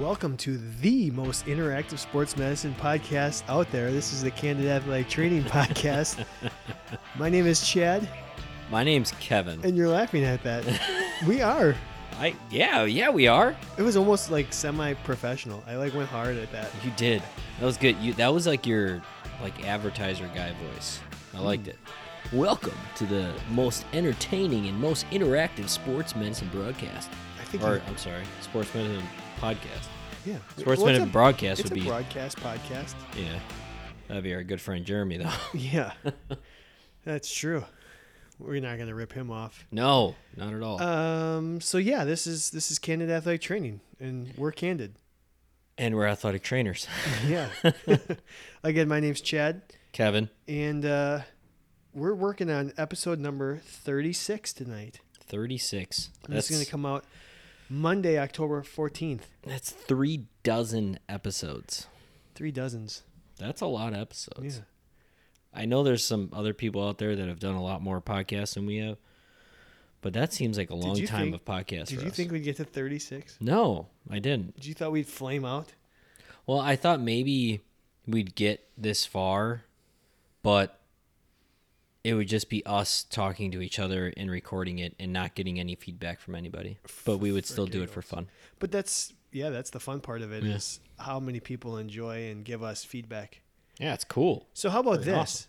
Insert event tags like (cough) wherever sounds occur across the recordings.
Welcome to the most interactive sports medicine podcast out there. This is the Candid Athletic Training (laughs) Podcast. My name is Chad, My name's Kevin. and you're laughing at that. We are. I yeah, yeah, we are. It was almost like semi-professional. I like went hard at that. You did. That was good. You that was like your like advertiser guy voice. I Hmm. liked it. Welcome to the most entertaining and most interactive sports medicine broadcast. I think. Or I'm sorry, sports medicine podcast. you- yeah. Sports Well, it's medicine a- broadcast It's would a be broadcast podcast. yeah. That'd be our good friend Jeremy though. (laughs) (laughs) Yeah, that's true. We're not gonna rip him off. no, not at all. Um. So yeah, this is this is Candid Athletic Training, and we're candid. and we're (laughs) athletic trainers. (laughs) Yeah. Again, my name's Chad. Kevin, and uh, we're working on episode number 36 tonight. 36. And This is That's going to come out Monday, October 14th. that's 3 dozen episodes. Three dozens. That's a lot of episodes. Yeah. I know there's some other people out there that have done a lot more podcasts than we have, but that seems like a long you time think- of podcasts. Did for you us. think we'd get to 36? No, I didn't. Did you thought we'd flame out? Well, I thought maybe we'd get this far, but it would just be us talking to each other and recording it and not getting any feedback from anybody. But we would still do it for fun. But that's, yeah, that's the fun part of it is how many people enjoy and give us feedback. Yeah, it's cool. So how about Pretty this? awesome.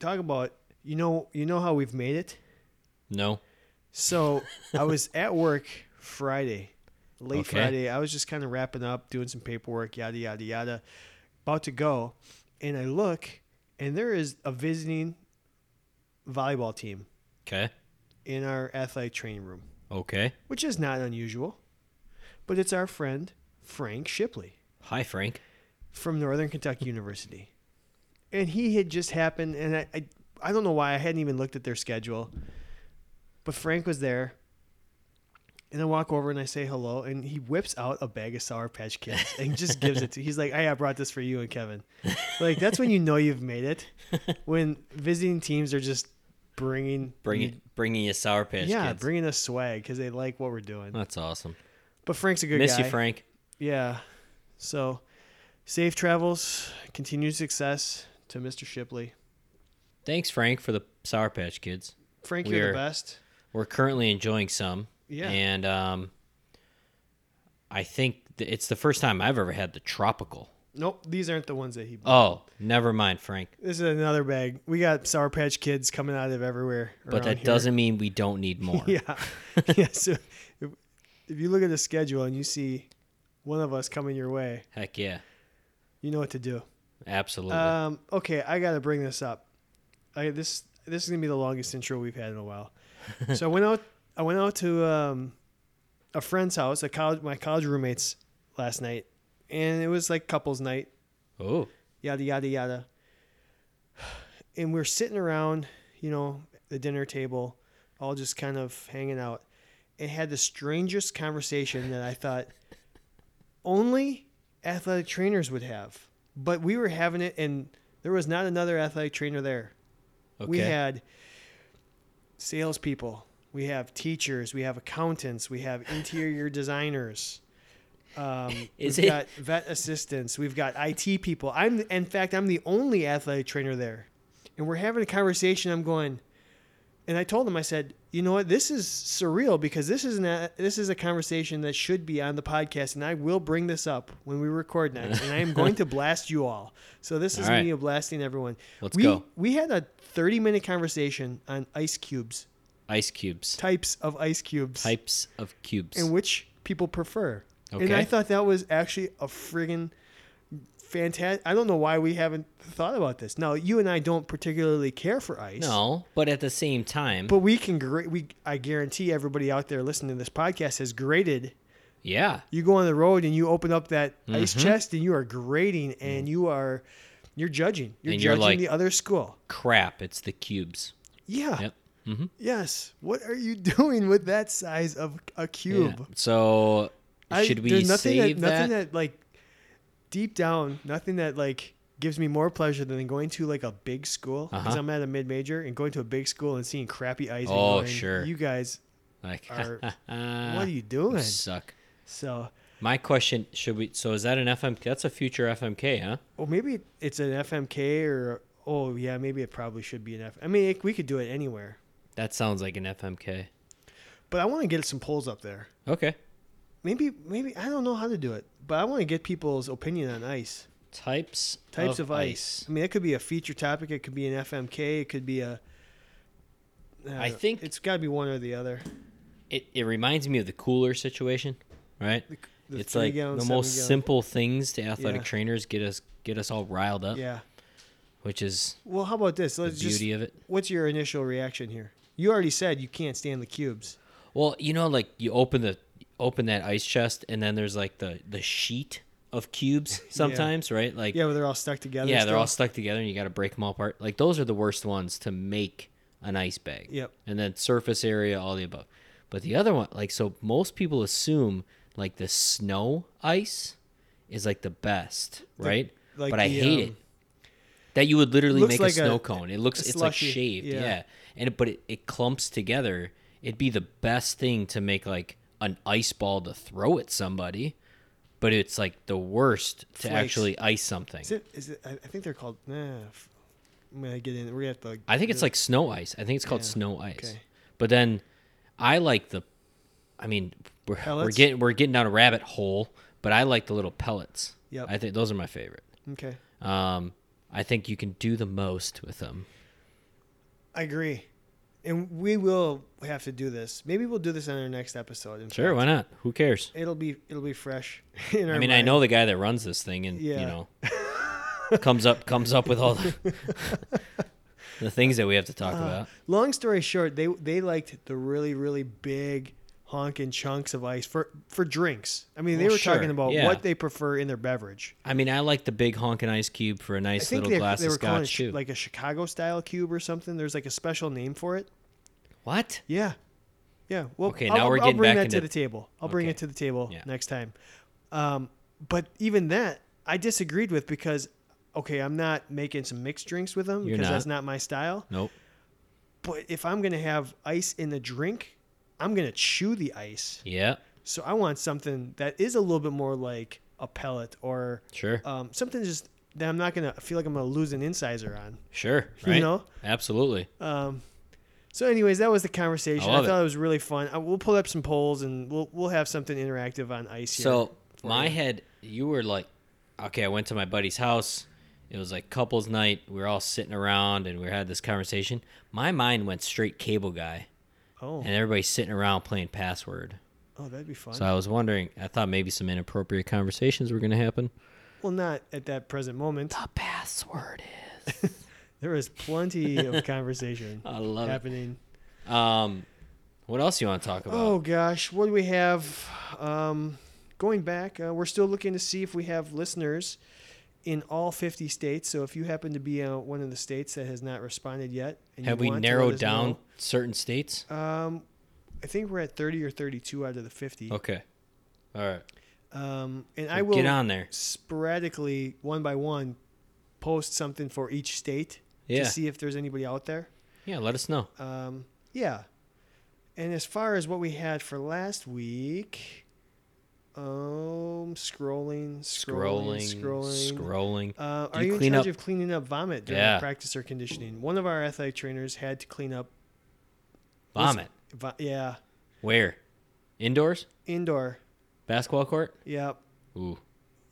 Talk about, you know, you know how we've made it? No. So I was at work Friday, late Okay. Friday. I was just kind of wrapping up, doing some paperwork, yada yada yada, about to go, and I look, and there is a visiting volleyball team Okay. in our athletic training room, Okay. which is not unusual, but it's our friend Frank Shipley Hi, Frank. from Northern Kentucky University, and he had just happened, and I, I, I don't know why I hadn't even looked at their schedule, but Frank was there, and I walk over and I say hello, and he whips out a bag of Sour Patch Kids and just gives it to. He's like, "Hey, I brought this for you and Kevin." Like that's when you know you've made it, when visiting teams are just bringing Bring it, bringing you Sour Patch yeah, Kids. bringing us swag because they like what we're doing. That's awesome. But Frank's a good Miss guy. you, Frank. Yeah. So, safe travels, continued success to Mr. Shipley. Thanks, Frank, for the Sour Patch Kids. Frank, We you're are- the best. We're currently enjoying some. Yeah. And um, I think th- it's the first time I've ever had the tropical. Nope, these aren't the ones that he. Oh, never mind, Frank. This is another bag. We got Sour Patch Kids coming out of everywhere. But around that here. (laughs) doesn't mean we don't need more. Yeah. yeah. (laughs) So, if, if you look at the schedule and you see one of us coming your way, Heck yeah. you know what to do. Absolutely. Um, okay, I gotta bring this up. I, this this is gonna be the longest intro we've had in a while. so I went out. I went out to um, a friend's house, a college, my college roommates last night, and it was like couples night, oh, yada yada yada. And we're sitting around, you know, the dinner table, all just kind of hanging out, and had the strangest conversation that I thought only athletic trainers would have. But we were having it, and there was not another athletic trainer there. okay. We had salespeople, we have teachers, we have accountants, we have interior designers. Um, Is we've it- got vet assistants, we've got IT people. I'm, in fact, I'm the only athletic trainer there, and we're having a conversation. I'm going, and I told him, I said, you know what, this is surreal because this is not, this is a conversation that should be on the podcast, and I will bring this up when we record next, and I am (laughs) going to blast you all. So this is All right. me blasting everyone. Let's we, go. We had a 30 minute conversation on ice cubes, Ice cubes. types of ice cubes, Types of cubes. and which people prefer. And Okay. I thought that was actually a friggin' fantastic. I don't know why we haven't thought about this. Now, you and I don't particularly care for ice. no, but at the same time, But we can grade. We I guarantee everybody out there listening to this podcast has graded. yeah. You go on the road and you open up that ice Mm-hmm. chest and you are grading and you are you're judging. You're And you're judging like- the other school. Crap, it's the cubes. Yeah. Yep. Mm-hmm. Yes. What are you (laughs) doing with that size of a cube? So I- should we there's nothing save that, nothing that? that like deep down, nothing that like gives me more pleasure than going to like a big school because Uh-huh. I'm at a mid major and going to a big school and seeing crappy ice. and Oh, going, sure. Ah. You guys, Like, are- (laughs) what what are you doing? Suck. So My question should we? So is that an FM? That's a future FMK, huh? Well, maybe it's an FMK or oh yeah, maybe it probably should be an F. I mean, it, we could do it anywhere, That sounds like an FMK. but I want to get some polls up there. Okay. Maybe maybe I don't know how to do it, but I want to get people's opinion on ice Types. types of, ice. I mean, that could be a feature topic. It could be an FMK. It could be a. uh, I think- it's got to be one or the other. It it reminds me of the cooler situation, right? The- the it's three like gallon, the seven most gallon. simple things to athletic Yeah. trainers get us get us all riled up, Yeah. which is Well, how about this? the Let's just. beauty of it. What's your initial reaction here? You already said you can't stand the cubes. Well, you know, like you open the open that ice chest, and then there's like the the sheet (laughs) of cubes sometimes, right? Like Yeah, but they're all stuck together. yeah, they're all still. stuck together, and you got to break them all apart. Like those are the worst ones to make an ice bag. Yep. And then surface area, all the above. But the other one, like so, most people assume like the snow ice is like the best, right? like but I the, hate it. um, That you would literally looks make like a a- snow cone. It looks a it's like slushy, shaved, yeah. yeah. And it, but it, it clumps together. It'd be the best thing to make like an ice ball to throw at somebody, but it's like the worst to Flakes. actually ice something. Is it? Is it? I I think they're called. Nah, f- I'm gonna get in. We're gonna have to. Like, I think it's like snow ice. I think it's called Yeah, snow ice. okay. But then I like the I mean we're, we're Pellets? getting we're getting down a rabbit hole, but I like the little pellets. Yep. I think those are my favorite. Okay, Um I think you can do the most with them. I agree, and we will have to do this. Maybe we'll do this on our next episode. in Sure, fact. why not? Who cares? It'll be it'll be fresh. (laughs) In our I mean, I mind. know the guy that runs this thing and you Yeah. (laughs) know comes up comes up with all the, the things that we have to talk Uh-huh. about. Long story short, they they liked the really really big honking chunks of ice for for drinks. I mean, they Well, were sure, talking about yeah. what they prefer in their beverage. I mean, I like the big honkin' ice cube for a I nice think little they, glass they of were calling it scotch sh- too. like a Chicago style cube or something. There's like a special name for it. what? Yeah, yeah. Well, Okay, I'll, now we're I'll getting bring back that into- to the table. I'll bring Okay. it to the table Yeah. next time. Um, but even that, I disagreed with because, okay, I'm not making some mixed drinks with them You're because not. that's not my style. Nope. But if I'm gonna have ice in the drink, I'm gonna chew the ice. Yeah. So I want something that is a little bit more like a pellet or Sure. um, something just that I'm not gonna feel like I'm gonna lose an incisor on. Sure. You Right. know? Absolutely. Um, so, anyways, that was the conversation. I I, love thought it. was really fun. I, we'll pull up some polls and we'll we'll have something interactive on ice. Here so for my you. head, you were like, okay, I went to my buddy's house. It was like couples night. We were all sitting around and we had this conversation. My mind went straight cable guy, oh and everybody's sitting around playing password. oh that'd be fun. So I was wondering. I thought maybe some inappropriate conversations were going to happen. well, not at that present (laughs) moment. The password is. There is plenty of conversation I love happening. it. Um, what else you want to talk about? Oh gosh, what do we have? Um, going back, uh, we're still looking to see if we have listeners in all 50 states. So if you happen to be uh, one of the states that has not responded yet, and you Have we want to let narrowed us down certain states? know, um, I think we're at 30 or 32 out of the 50. Okay. All right. Um, and So I will get on there. sporadically, one by one, post something for each state Yeah. to see if there's anybody out there. Yeah. Let us know. Um, yeah. And as far as what we had for last week, um, scrolling, scrolling, scrolling, scrolling. scrolling. Uh, Do are you you in clean charge up- of cleaning up vomit during Yeah. practice or conditioning? One of our athletic trainers had to clean up was- Vomit. vo- yeah, Where? Indoors? indoor. Basketball court? Yeah, Ooh.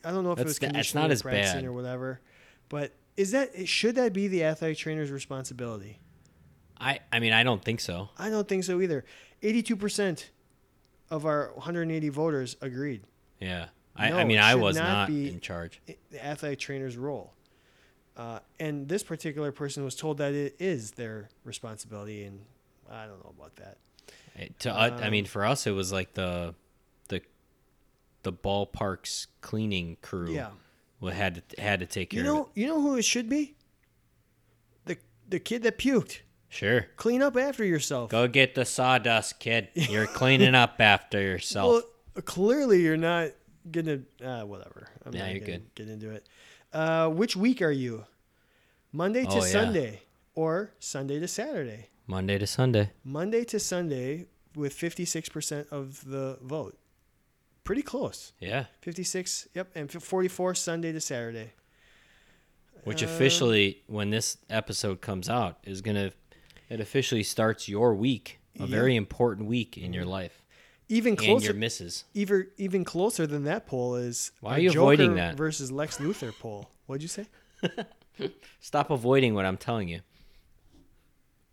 I don't know if it That's was not- conditioning it's not or as practicing bad. or whatever, but is that should that be the athletic trainer's responsibility? I I mean I don't think so. I don't think so either. Eighty-two percent of our 180 voters agreed. Yeah. I, I No, mean it I should was not not be- in charge. i- the athletic trainer's role. Uh, and this particular person was told that it is their responsibility, and I don't know about that. It- To uh, I Um, mean for us it was like the the the ballpark's cleaning crew. Yeah. wa- had to had to take care You of know, it. you know who it should be. The the kid that puked. Sure. Clean up after yourself. Go get the sawdust, kid. (laughs) You're cleaning up after yourself. Well, clearly you're not gonna. Uh, whatever. I'm Yeah, not you're gonna good. Get into it. Uh, which week are you? Monday to Oh, yeah. Sunday or Sunday to Saturday? Monday to Sunday. Monday to Sunday with 56% of the vote. pretty close. Yeah. 56, yep, and 44 Sunday to Saturday. Which Uh, officially, when this episode comes out, is gonna it officially starts your week, a Yeah. very important week in your life Even and your closer misses. even even closer than that poll is Why the are you Joker avoiding that? versus Lex Luthor poll. What'd you say? Stop avoiding what I'm telling you.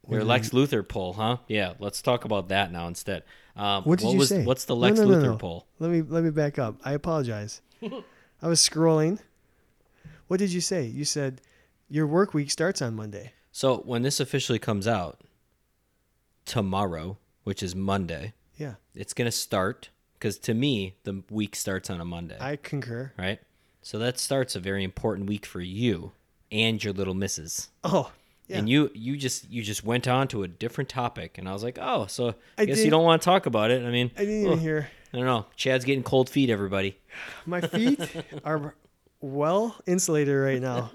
Your Lex Luthor poll, huh? Yeah, let's talk about that now instead. Um, What did you was, say? What's the No, Lex no, no, Luthor no. poll? Let me let me back up. I (laughs) apologize. I was scrolling. What did you say? You said your work week starts on Monday. So when this officially comes out tomorrow, which is Monday, Yeah, it's gonna start because to me the week starts on a Monday, I concur. right? So that starts a very important week for you and your little misses. Oh, yeah. And you you just you just went on to a different topic, and I was like, oh, so I, I guess you didn't- don't want to talk about it. I mean, I didn't oh, even hear. I don't know. Chad's getting cold feet. Everybody. My (laughs) feet are well insulated right now.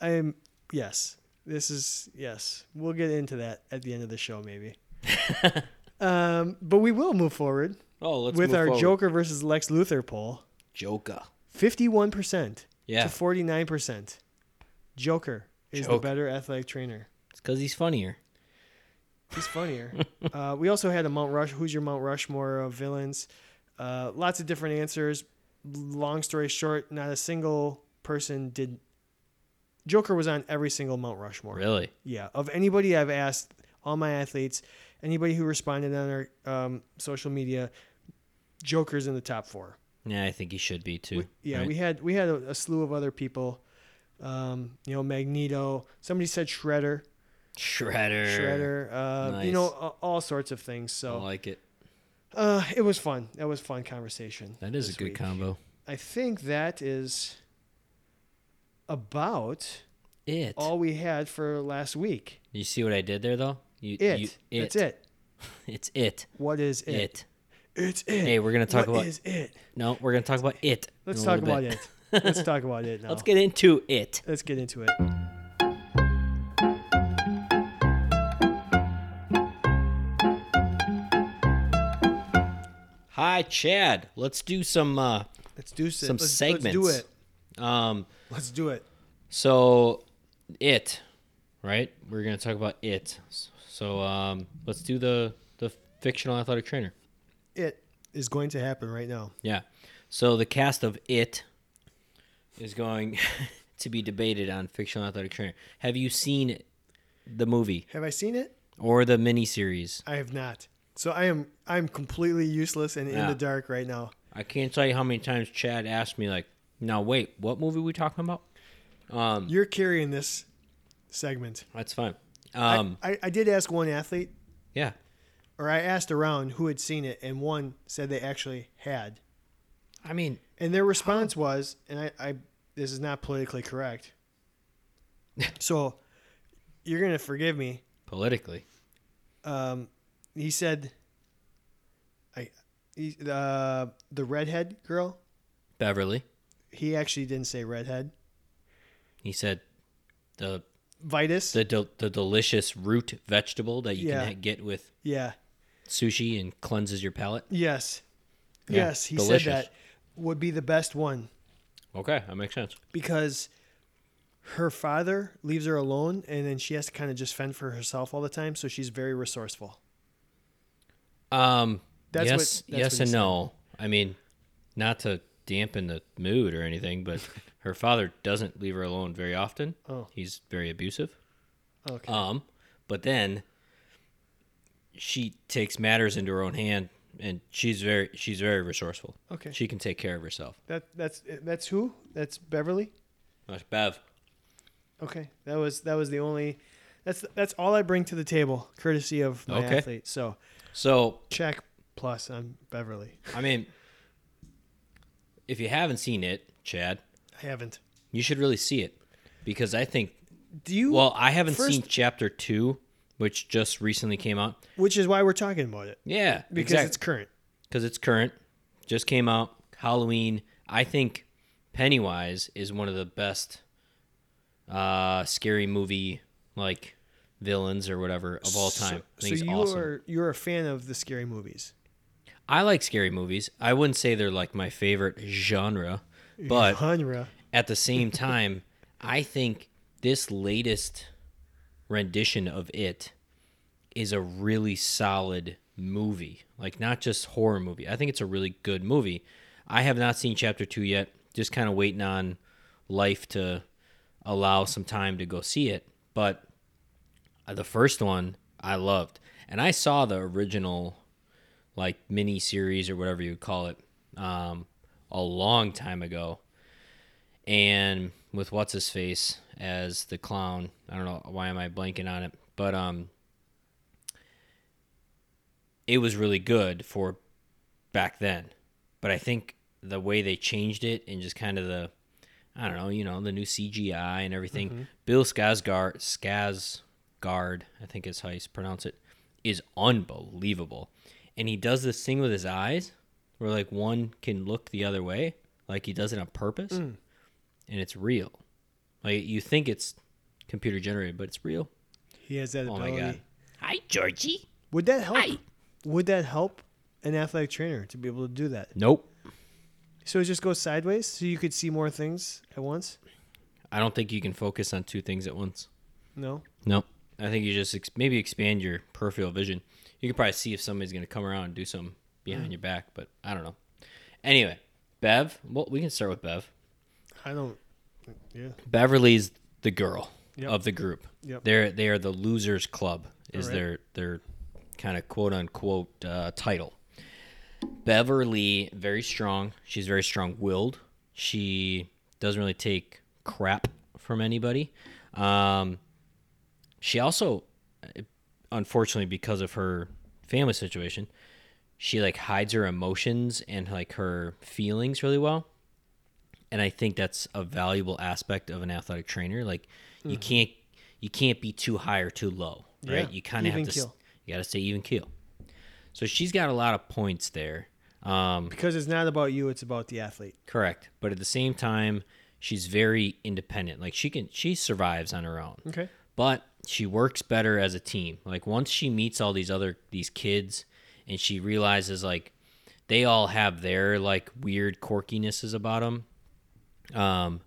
I am yes. This is yes. We'll get into that at the end of the show (laughs) maybe. um, but we will move forward Oh, let's with move our forward. Joker versus Lex Luthor poll. Joker. 51% Yeah, to 49%. Joker is Joker. the better athletic trainer. it's because he's funnier. He's (laughs) funnier. uh, we also had a Mount Rush. Who's your Mount Rushmore of villains? Uh, lots of different answers. Long story short, not a single person did. Joker was on every single Mount Rushmore. Really? Yeah, of anybody I've asked, all my athletes, anybody who responded on our um, social media, Joker's in the top four. Yeah, I think he should be too. We- yeah, right? we had we had a, a slew of other people. Um, you know, Magneto. Somebody said Shredder. Shredder. Shredder. Uh, You know, Nice. a- all sorts of things. I So like it. uh, it was fun. That was fun conversation. That is a this good week. combo. I think that is about It. all we had for last week. You see what I did there though? You, It. you- That's it. It's it. What is It. it? It's it. Hey, we're gonna talk What about- is it? No, we're gonna talk about it. in Let's a talk little about bit. it. (laughs) Let's talk about it now. Let's get into it. Let's get into it. Hi, Chad. Let's do some uh, Let's do some, some let's, segments. Let's do it. Um, Let's do it. so it, right? We're gonna talk about it. So um, let's do the the fictional athletic trainer. It is going to happen right now. Yeah. So the cast of It is going (laughs) to be debated on fictional athletic trainer. Have you seen the movie Have I seen it? or the miniseries? I have not. So I am I'm completely useless and in Yeah. the dark right now. I can't tell you how many times Chad asked me like, "No, wait, what movie we talking about?" Um, You're carrying this segment. that's fine. I- Um, I, I, did ask one athlete, yeah. or I asked around who had seen it, and one said they actually had. I mean, And their response was, and I, I this is not politically correct. (laughs) so you're gonna forgive me. politically. um, he said, I, he, uh, the redhead girl. Beverly, He actually didn't say redhead. he said the Vitus. the del- the delicious root vegetable that you Yeah. can get with yeah. sushi and cleanses your palate. Yes. Yeah, Yes. He delicious. said that would be the best one Okay, that makes sense. because her father leaves her alone, and then she has to kind of just fend for herself all the time. So she's very resourceful. Um. That's yes. what- that's yes what he said. and no. I mean, not to dampen the mood or (laughs) anything, but her father doesn't leave her alone very often. Oh. He's very abusive. Okay. Um. But then she takes matters into her own hand, and she's very she's very resourceful. Okay. She can take care of herself. That that's that's who? That's Beverly. That's Bev. Okay, that was that was the only. That's that's all I bring to the table, courtesy of my Okay. athlete. So So check plus on Beverly. I mean, if you haven't seen it, Chad, I haven't. you should really see it because I think Do you? Well, I haven't First- seen chapter two, which just recently came out. which is why we're talking about it Yeah, because it's current. because it's current. Just came out Halloween. I think Pennywise is one of the best uh, scary movie like villains or whatever of all time. I So, think so he's you awesome. are you're a fan of the scary movies. I like scary movies. I wouldn't say they're like my favorite genre, but Genre. at the same time, I think this latest rendition of it is a really solid movie. Like not just horror movie. I think it's a really good movie. I have not seen chapter 2 yet. Just kind of waiting on life to allow some time to go see it, but uh, the first one I loved. And I saw the original like mini series or whatever you would call it um, a long time ago and with what's his face as the clown. I don't know why am I blanking on it, but um, it was really good for back then. But I think the way they changed it and just kind of the, I don't know, you know, the new CGI and everything. Bill Skarsgård, Skarsgård, I think is how you pronounce it, is unbelievable, and he does this thing with his eyes where like one can look the other way, like he does it on purpose and it's real. Like you think it's computer generated, but it's real. He has that Oh ability. my god! Hi, Georgie. Would that help? Hi. Would that help an athletic trainer to be able to do that? Nope. So it just goes sideways, so you could see more things at once. I don't think you can focus on two things at once. No, Nope. I think you just ex- maybe expand your peripheral vision. You can probably see if somebody's going to come around and do something behind your back, but I don't know. Anyway, Bev. Well, we can start with Bev. I don't. Yeah, Beverly's the girl Yep. of the group. Yep. They're they are the losers club is Alright. their their kind of quote unquote uh, title. Beverly very strong. She's very strong willed. She doesn't really take crap from anybody. Um, she also, uh, unfortunately, because of her family situation, she like hides her emotions and like her feelings really well and I think that's a valuable aspect of an athletic trainer. Like you can't you can't be too high or too low, Mm-hmm. right? Yeah, You kind of have even to s- keel. you got to stay even keel. So she's got a lot of points there. Um, because it's not about you; it's about the athlete. correct, but at the same time, she's very independent. Like she can she survives on her own Okay. but she works better as a team. Like once she meets all these other these kids and she realizes like they all have their like weird quirkinesses about them. Um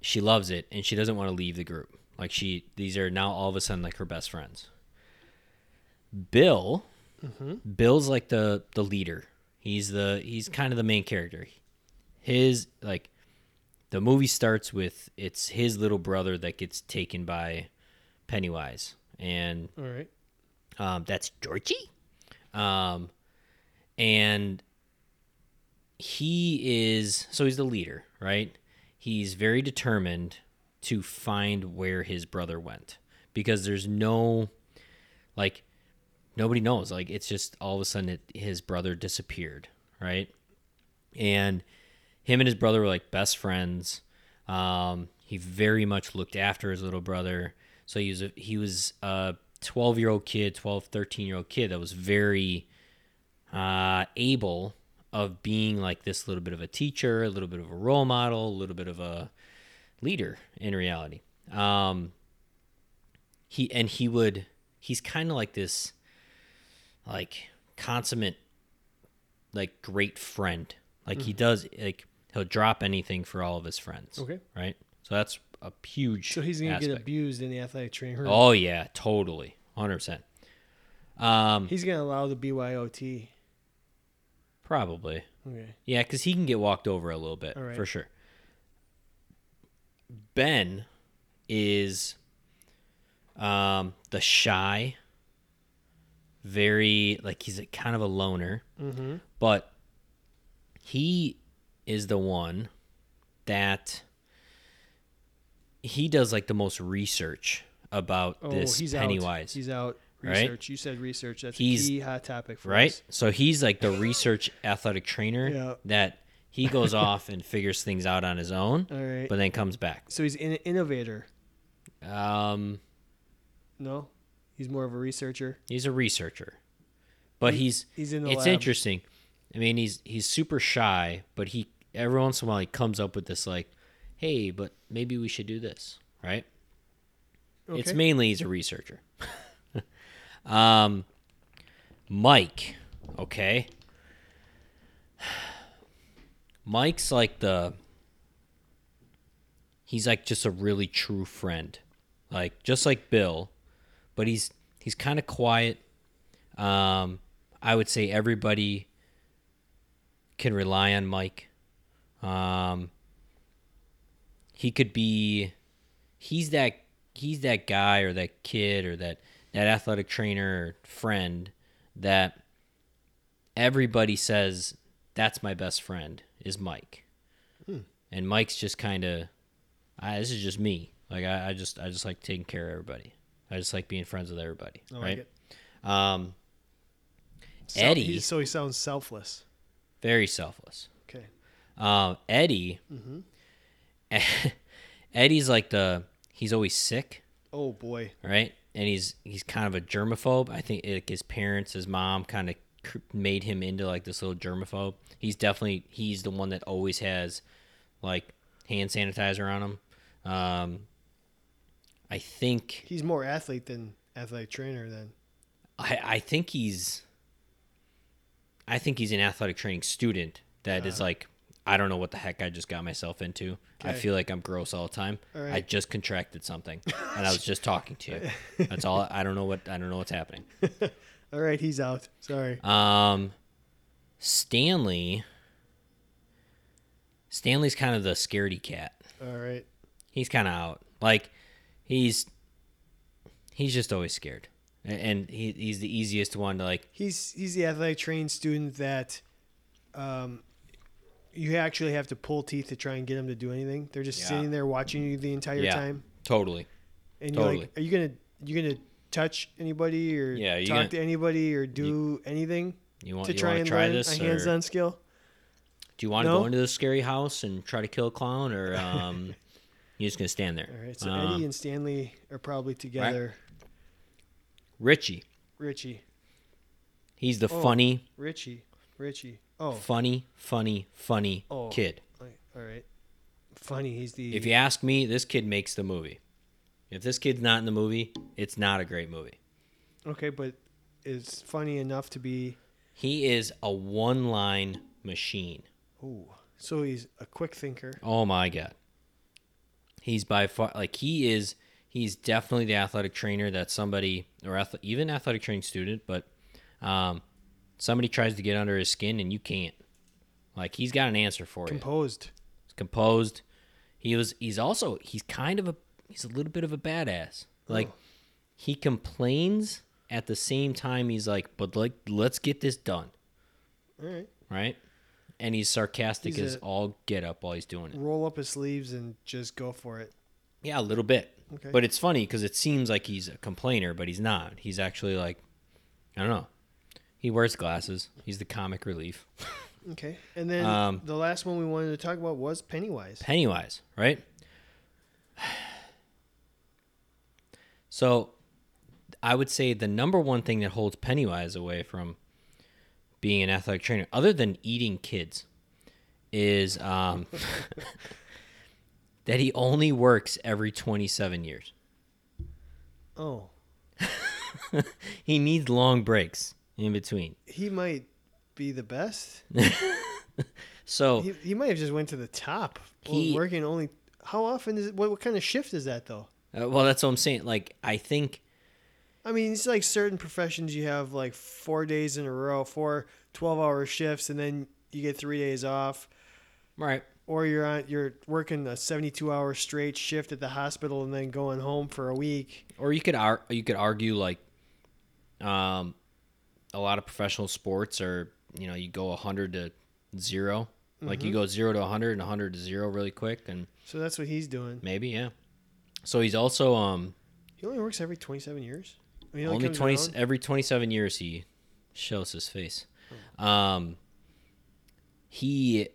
she loves it and she doesn't want to leave the group. Like she these are now all of a sudden like her best friends. Bill Bill's like the the leader. He's the he's kind of the main character. His like the movie starts with it's his little brother that gets taken by Pennywise, and All right. um, that's Georgie. Um, and he is so he's the leader, right? He's very determined to find where his brother went because there's no like nobody knows. Like it's just all of a sudden it, his brother disappeared, right? And him and his brother were like best friends. Um, he very much looked after his little brother. So he was a, he was a 12 year old kid, 12, 13 year old kid that was very uh, able of being like this little bit of a teacher, a little bit of a role model, a little bit of a leader in reality. Um, he and he would he's kind of like this like consummate like great friend. Like he does like he'll drop anything for all of his friends. Hmm. Okay. Right? So that's a huge So he's gonna get aspect. abused in the athletic trainer. Oh yeah, totally. 100%. Um He's gonna allow the BYOT. probably. Okay. Yeah, because he can get walked over a little bit All right. for sure. Ben is um, the shy, very like he's a kind of a loner, Mm-hmm. but he is the one that he does like the most research about Oh, this he's out. Pennywise He's out. Right? Research. You said research. That's He's- a key hot topic for right? us. So he's like the research athletic (laughs) trainer Yeah. that he goes off and figures things out on his own, All right. but then comes back. so he's an innovator. Um, No, he's more of a researcher. he's a researcher, but he's He's in the it's lab. interesting. I mean, he's he's super shy, but he every once in a while he comes up with this like, "Hey, but maybe we should do this," right? It's Okay. mainly he's a (laughs) researcher. um, Mike, okay, (sighs) Mike's like the he's like just a really true friend. Like just like Bill, but he's he's kind of quiet. Um I would say everybody can rely on Mike. Um he could be he's that he's that guy or that kid or that that athletic trainer or friend that everybody says that's my best friend is Mike, Hmm. and Mike's just kind of, I this is just me. Like I, I just I just like taking care of everybody. I just like being friends with everybody. I like right? it. Um, So- Eddie he's- so he sounds selfless. very selfless. Okay. Um, Eddie, (laughs) Eddie's like the he's always sick. Oh boy. right? And he's he's kind of a germaphobe. I think like his parents, his mom, kind of made him into like this little germaphobe. He's definitely he's the one that always has like hand sanitizer on him. Um, I think He's more athlete than athletic trainer then. I, I think he's I think he's an athletic training student that is like I don't know what the heck I just got myself into. I Uh. Okay. feel like I'm gross all the time. All I right. just contracted something and I (laughs) was just talking to you. That's all I don't know what I don't know what's happening. All right, he's out. Sorry. Um, Stanley. Stanley's kind of the scaredy cat. All right. He's kind of out. Like, he's he's just always scared, A- and he, he's the easiest one to like. He's he's the athletic trained student that um you actually have to pull teeth to try and get him to do anything. They're just Yeah. sitting there watching you the entire Yeah, time. totally. And you're totally. like, are you gonna you gonna touch anybody or Yeah, you talk gonna- to anybody or do anything You want to you try want and to try learn this? a Or hands-on skill? do you want to No? go into this scary house and try to kill a (laughs) clown, or um, you're just gonna stand there? All right. So Um, Eddie and Stanley are probably together. Richie. Richie, He's the Oh. funny, Richie, Richie. Oh, funny, funny, funny Oh. kid. all right. Funny, he's the If you ask me, this kid makes the movie. If this kid's not in the movie, it's not a great movie. Okay, but it's funny enough to be. He is a one line machine. Ooh, so he's a quick thinker. Oh my God. He's by far, like, he is, he's definitely the athletic trainer that somebody, or ath- even athletic training student, but um, somebody tries to get under his skin and you can't. Like, he's got an answer for you. Composed. He's composed. He was. He's also. He's kind of a. He's a little bit of a badass. Like, he complains at the same time. He's like, but like, let's get this done, All right. right? And he's sarcastic He's as a- all get up while he's doing it. Roll up his sleeves and just go for it. Yeah, a little bit. Okay. But it's funny because it seems like he's a complainer, but he's not. He's actually like, I don't know. He wears glasses. He's the comic relief. Okay. And then Um, the last one we wanted to talk about was Pennywise. Pennywise, right? (sighs) So I would say the number one thing that holds Pennywise away from being an athletic trainer, other than eating kids, is um, (laughs) that he only works every 27 years. Oh, He needs long breaks in between. he might be the best. So He, he might have just went to the top. He- He, working only. How often is it? What, what kind of shift is that though? uh, well, that's what I'm saying. Like, I think I mean, it's like certain professions you have like four days in a row, four 12 hour shifts, and then you get three days off. right. or you're on you're working a 72 hour straight shift at the hospital and then going home for a week or you could ar- you could argue like um a lot of professional sports are you know you go 100 to 0 like you go 0 to 100 and 100 to 0 really quick and so that's what he's doing maybe yeah so he's also um he only works every 27 years I mean, he only comes 20 around. every 27 years he shows his face Hmm. um he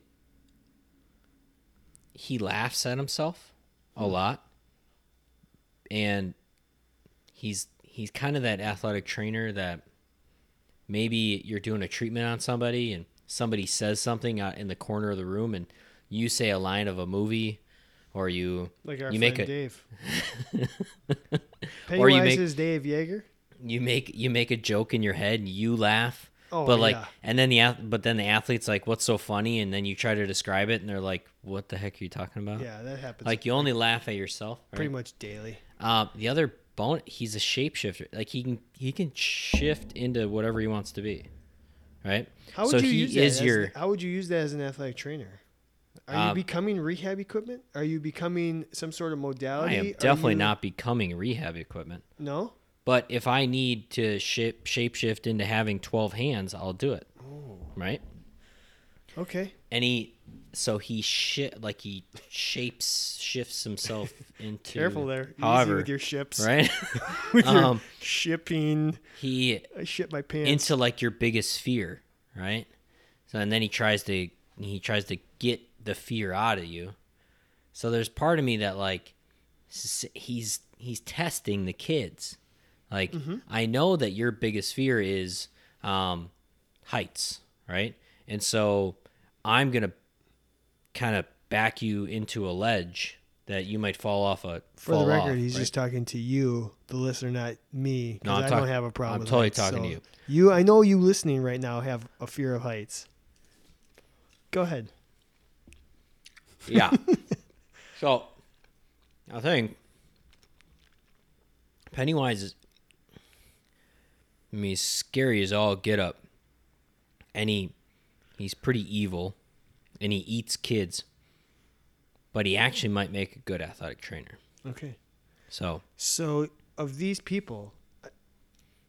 he laughs at himself Hmm. a lot and he's he's kind of that athletic trainer that maybe you're doing a treatment on somebody and somebody says something out in the corner of the room and you say a line of a movie or you like our you friend make a dave (laughs) Or you pennywise make- is dave yeager you make you make a joke in your head and you laugh Oh, but like, yeah. and then the ath- but then the athlete's like, "What's so funny?" And then you try to describe it, and they're like, "What the heck are you talking about?" Yeah, that happens Like you only laugh at yourself. pretty Right? much daily. Uh, the other bone, he's a shapeshifter. Like he can he can shift into whatever he wants to be, right? How would so you he use that is as- your How would you use that as an athletic trainer? Are you Um, becoming rehab equipment? Are you becoming some sort of I modality? am Are definitely you- not becoming rehab equipment. No. But if I need to shape shapeshift into having twelve hands, I'll do it. Oh. Right? Okay. And he so he shit like he shapes shifts himself (laughs) into Careful there. Easy However, with your ships. (laughs) right? With your Um, shipping. he I shit my pants. into like your biggest fear, right? So and then he tries to he tries to get the fear out of you. So there's part of me that like s- he's he's testing the kids. Like Mm-hmm. I know that your biggest fear is um, heights, right? And so I'm gonna kind of back you into a ledge that you might fall off a. For the fall record, off, he's right? just talking to you, the listener, not me. 'cause No, I'm I talk- don't have a problem. I'm with totally heights, talking so to you. You, I know you listening right now have a fear of heights. Go ahead. (laughs) Yeah. so I think Pennywise is I mean he's scary as all get up. And he he's pretty evil and he eats kids. But he actually might make a good athletic trainer. Okay. So So, of these people,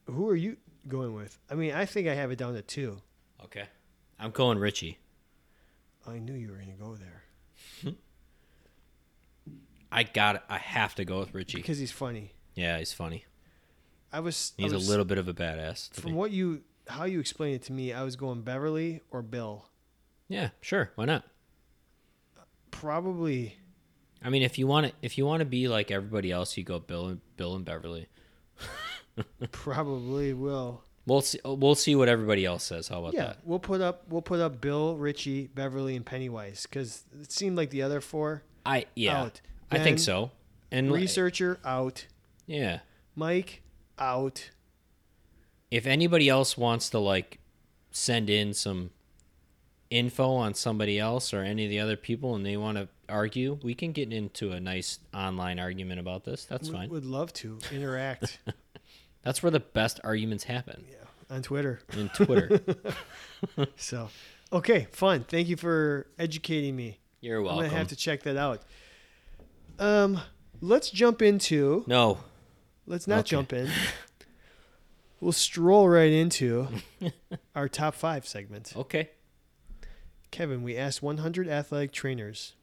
who are you going with? I mean, I think I have it down to two. Okay. I'm calling Richie. I knew you were going to go there I got I have to go with Richie. because he's funny. Yeah, he's funny. I was. I He's a was- little bit of a badass. to From me. what you, how you explained it to me, I was going Beverly or Bill. Yeah, sure. Why not? Probably. (laughs) I mean, if you want to, if you want to be like everybody else, you go Bill and Bill and Beverly. Probably will. We'll see. We'll see what everybody else says. How about yeah, that? we'll put up we'll put up Bill, Richie, Beverly, and Pennywise because it seemed like the other four I yeah. Out. I think Then so. And like, researcher out, yeah. Mike out. If anybody else wants to like send in some info on somebody else or any of the other people, and they want to argue, we can get into a nice online argument about this. That's W- fine. Would love to (laughs) interact. That's where the best arguments happen yeah, on Twitter. in (laughs) Twitter. So, okay, fun. Thank you for educating me. You're welcome. I'm gonna have to check that out. Um, let's jump into. no, Let's not Okay. jump in. We'll stroll right into (laughs) our top five segment. okay. Kevin, we asked 100 athletic trainers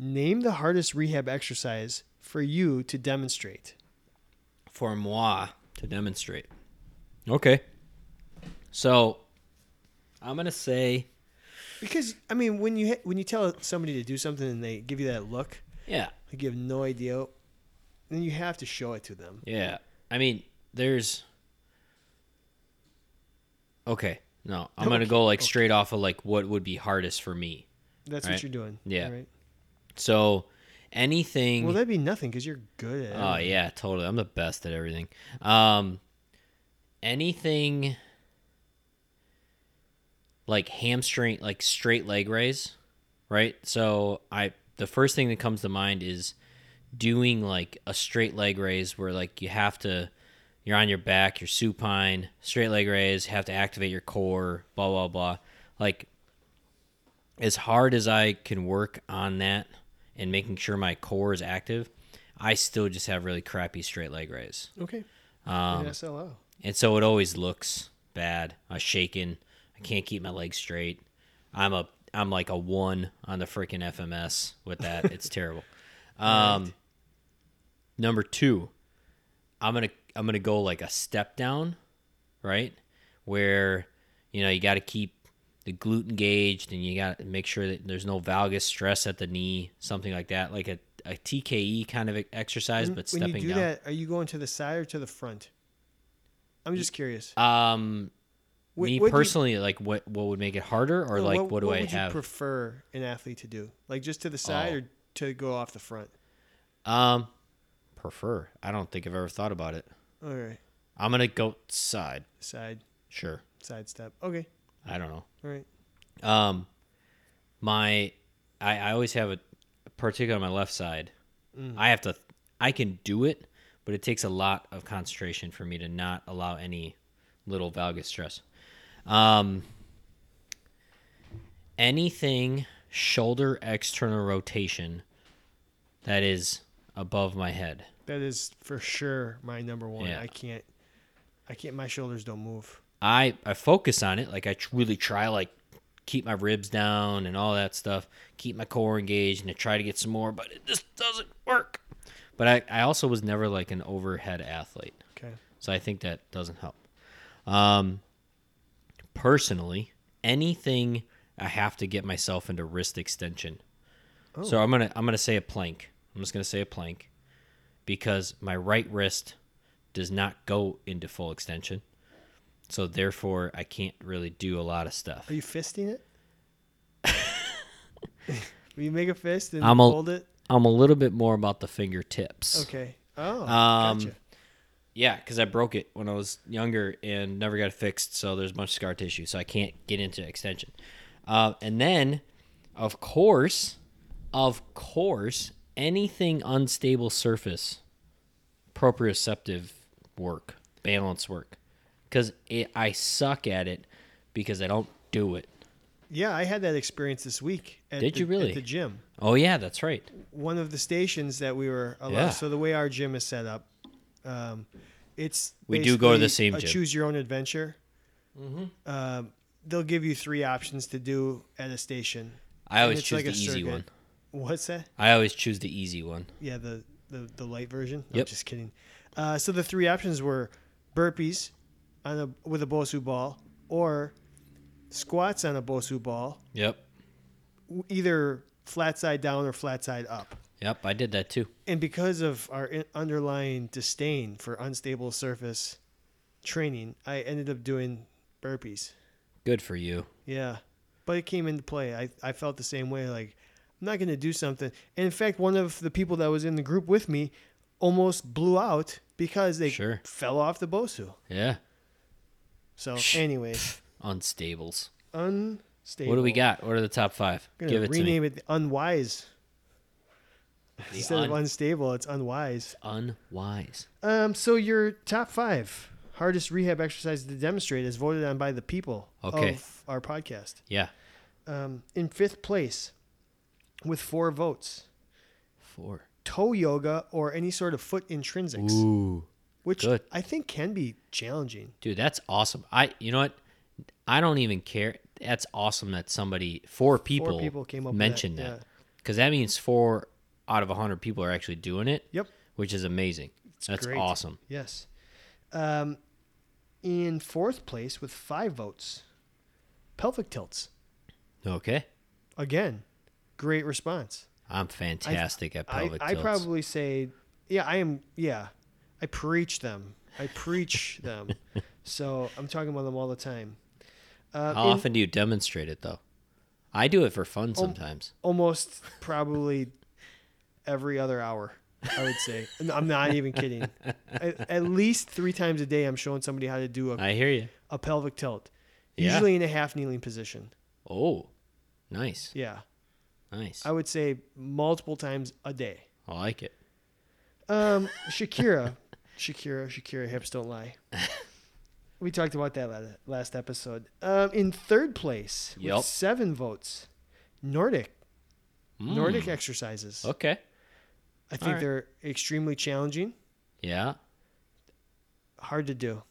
name the hardest rehab exercise for you to demonstrate. for moi to demonstrate. Okay. So I'm gonna say Because I mean, when you when you tell somebody to do something and they give you that look, yeah, like you have no idea, then you have to show it to them. yeah. I mean, there's okay. No, I'm gonna go like straight off of like what would be hardest for me. That's what Right. you're doing. Yeah. Right? So anything. Well, that'd be nothing because you're good at. it. Oh yeah, totally. I'm the best at everything. Um, anything like hamstring, like straight leg raise, right? So I the first thing that comes to mind is doing like a straight leg raise where like you have to you're on your back, you're supine, straight leg raise, have to activate your core, blah blah blah. Like as hard as I can work on that and making sure my core is active, I still just have really crappy straight leg raise. Okay. Um, An SLO. and so it always looks bad. I'm shaking. I can't keep my legs straight. I'm a I'm like a one on the freaking FMS (laughs) with that. It's terrible. Um, Number two, I'm gonna I'm gonna go like a step down, right? Where you know you got to keep the glute engaged and you got to make sure that there's no valgus stress at the knee, something like that, like a, a TKE kind of e-, exercise, but when stepping you do down. that, are you going to the side or to the front? I'm just curious. Um, What- me what do you- personally, like what what would make it harder, Uh, or No, like what, do I would have? you prefer an athlete to do? Like just to the side Oh. or to go off the front? um, prefer. I don't think I've ever thought about it. All right, I'm gonna go side. side. Sure. sidestep. Okay. I don't know. All right. Um, my, I, I always have a, particularly on my left side. I have to, I can do it, but it takes a lot of concentration for me to not allow any little valgus stress. Um, anything shoulder external rotation that is above my head. That is for sure my number one. Yeah. I can't. I can't. My shoulders don't move. I I focus on it. Like I tr- really try like keep my ribs down and all that stuff. Keep my core engaged and I try to get some more, but it just doesn't work. But I, I also was never like an overhead athlete. Okay. So I think that doesn't help. Um, personally, anything I have to get myself into wrist extension. Oh. So I'm gonna I'm gonna say a plank. I'm just gonna say a plank because my right wrist does not go into full extension. So therefore, I can't really do a lot of stuff. Are you fisting (laughs) it? Will you make a fist and I'm a- hold it? I'm a little bit more about the fingertips. Okay. Oh. Um, gotcha. Yeah, because I broke it when I was younger and never got it fixed. So there's a bunch of scar tissue. So I can't get into extension. Uh, and then, of course, of course, anything unstable surface, proprioceptive work, balance work. Because I suck at it because I don't do it. Yeah, I had that experience this week. At Did the, you really? At the gym. Oh, yeah, that's right. one of the stations that we were allowed. Yeah. So the way our gym is set up, um, it's We do go to the basically same a gym. Choose your own adventure. Um, they'll give you three options to do at a station. I always it's choose like the a easy circuit. one. What's that? I always choose the easy one. Yeah, the the, the light version. I'm Yep. just kidding. Uh, so the three options were burpees on a with a Bosu ball or squats on a Bosu ball, Yep. w- either flat side down or flat side up. Yep. I did that too. and because of our in- underlying disdain for unstable surface training, I ended up doing burpees. Good for you. Yeah, but it came into play. I, I felt the same way. Like I'm not gonna do something. And in fact, one of the people that was in the group with me almost blew out because they Sure. fell off the bosu. Yeah. So, anyways, Unstables. unstable. What do we got? What are the top 5 I'm gonna Give it to me. rename it unwise The instead of un- unstable. It's unwise. unwise. Um, so your top five hardest rehab exercises to demonstrate is voted on by the people Okay. of our podcast. Yeah. Um, in fifth place, with four votes, Four. toe yoga or any sort of foot intrinsics, Ooh. which good. I think can be challenging. Dude, that's awesome. I you know what? I don't even care. That's awesome that somebody four people, people came up with that, mentioned that. yeah. Cuz that means four out of a 100 people are actually doing it. Yep. Which is amazing. that's great. awesome. Yes. Um, in fourth place, with five votes, pelvic tilts. Okay. Again, great response. I'm fantastic at pelvic I, I tilts. probably say, yeah, I am. Yeah, I preach them. I (laughs) preach them. So I'm talking about them all the time. Uh, How in- Oh. often do you demonstrate it though? I do it for fun sometimes. Almost probably every other hour. I would (laughs) say. No, I'm not even kidding. at, at least three times a day, I'm showing somebody how to do a, I hear you. a pelvic tilt, Yeah. usually in a half kneeling position. Oh. Nice. Yeah, Nice. I would say multiple times a day. I like it. Um, Shakira, Shakira, Shakira, hips don't (laughs) lie. We talked about that la- last episode. Um, in third place Yep. with seven votes, Nordic, Nordic exercises. Hmm. Okay. I think alright. they're extremely challenging, Yeah. hard to do.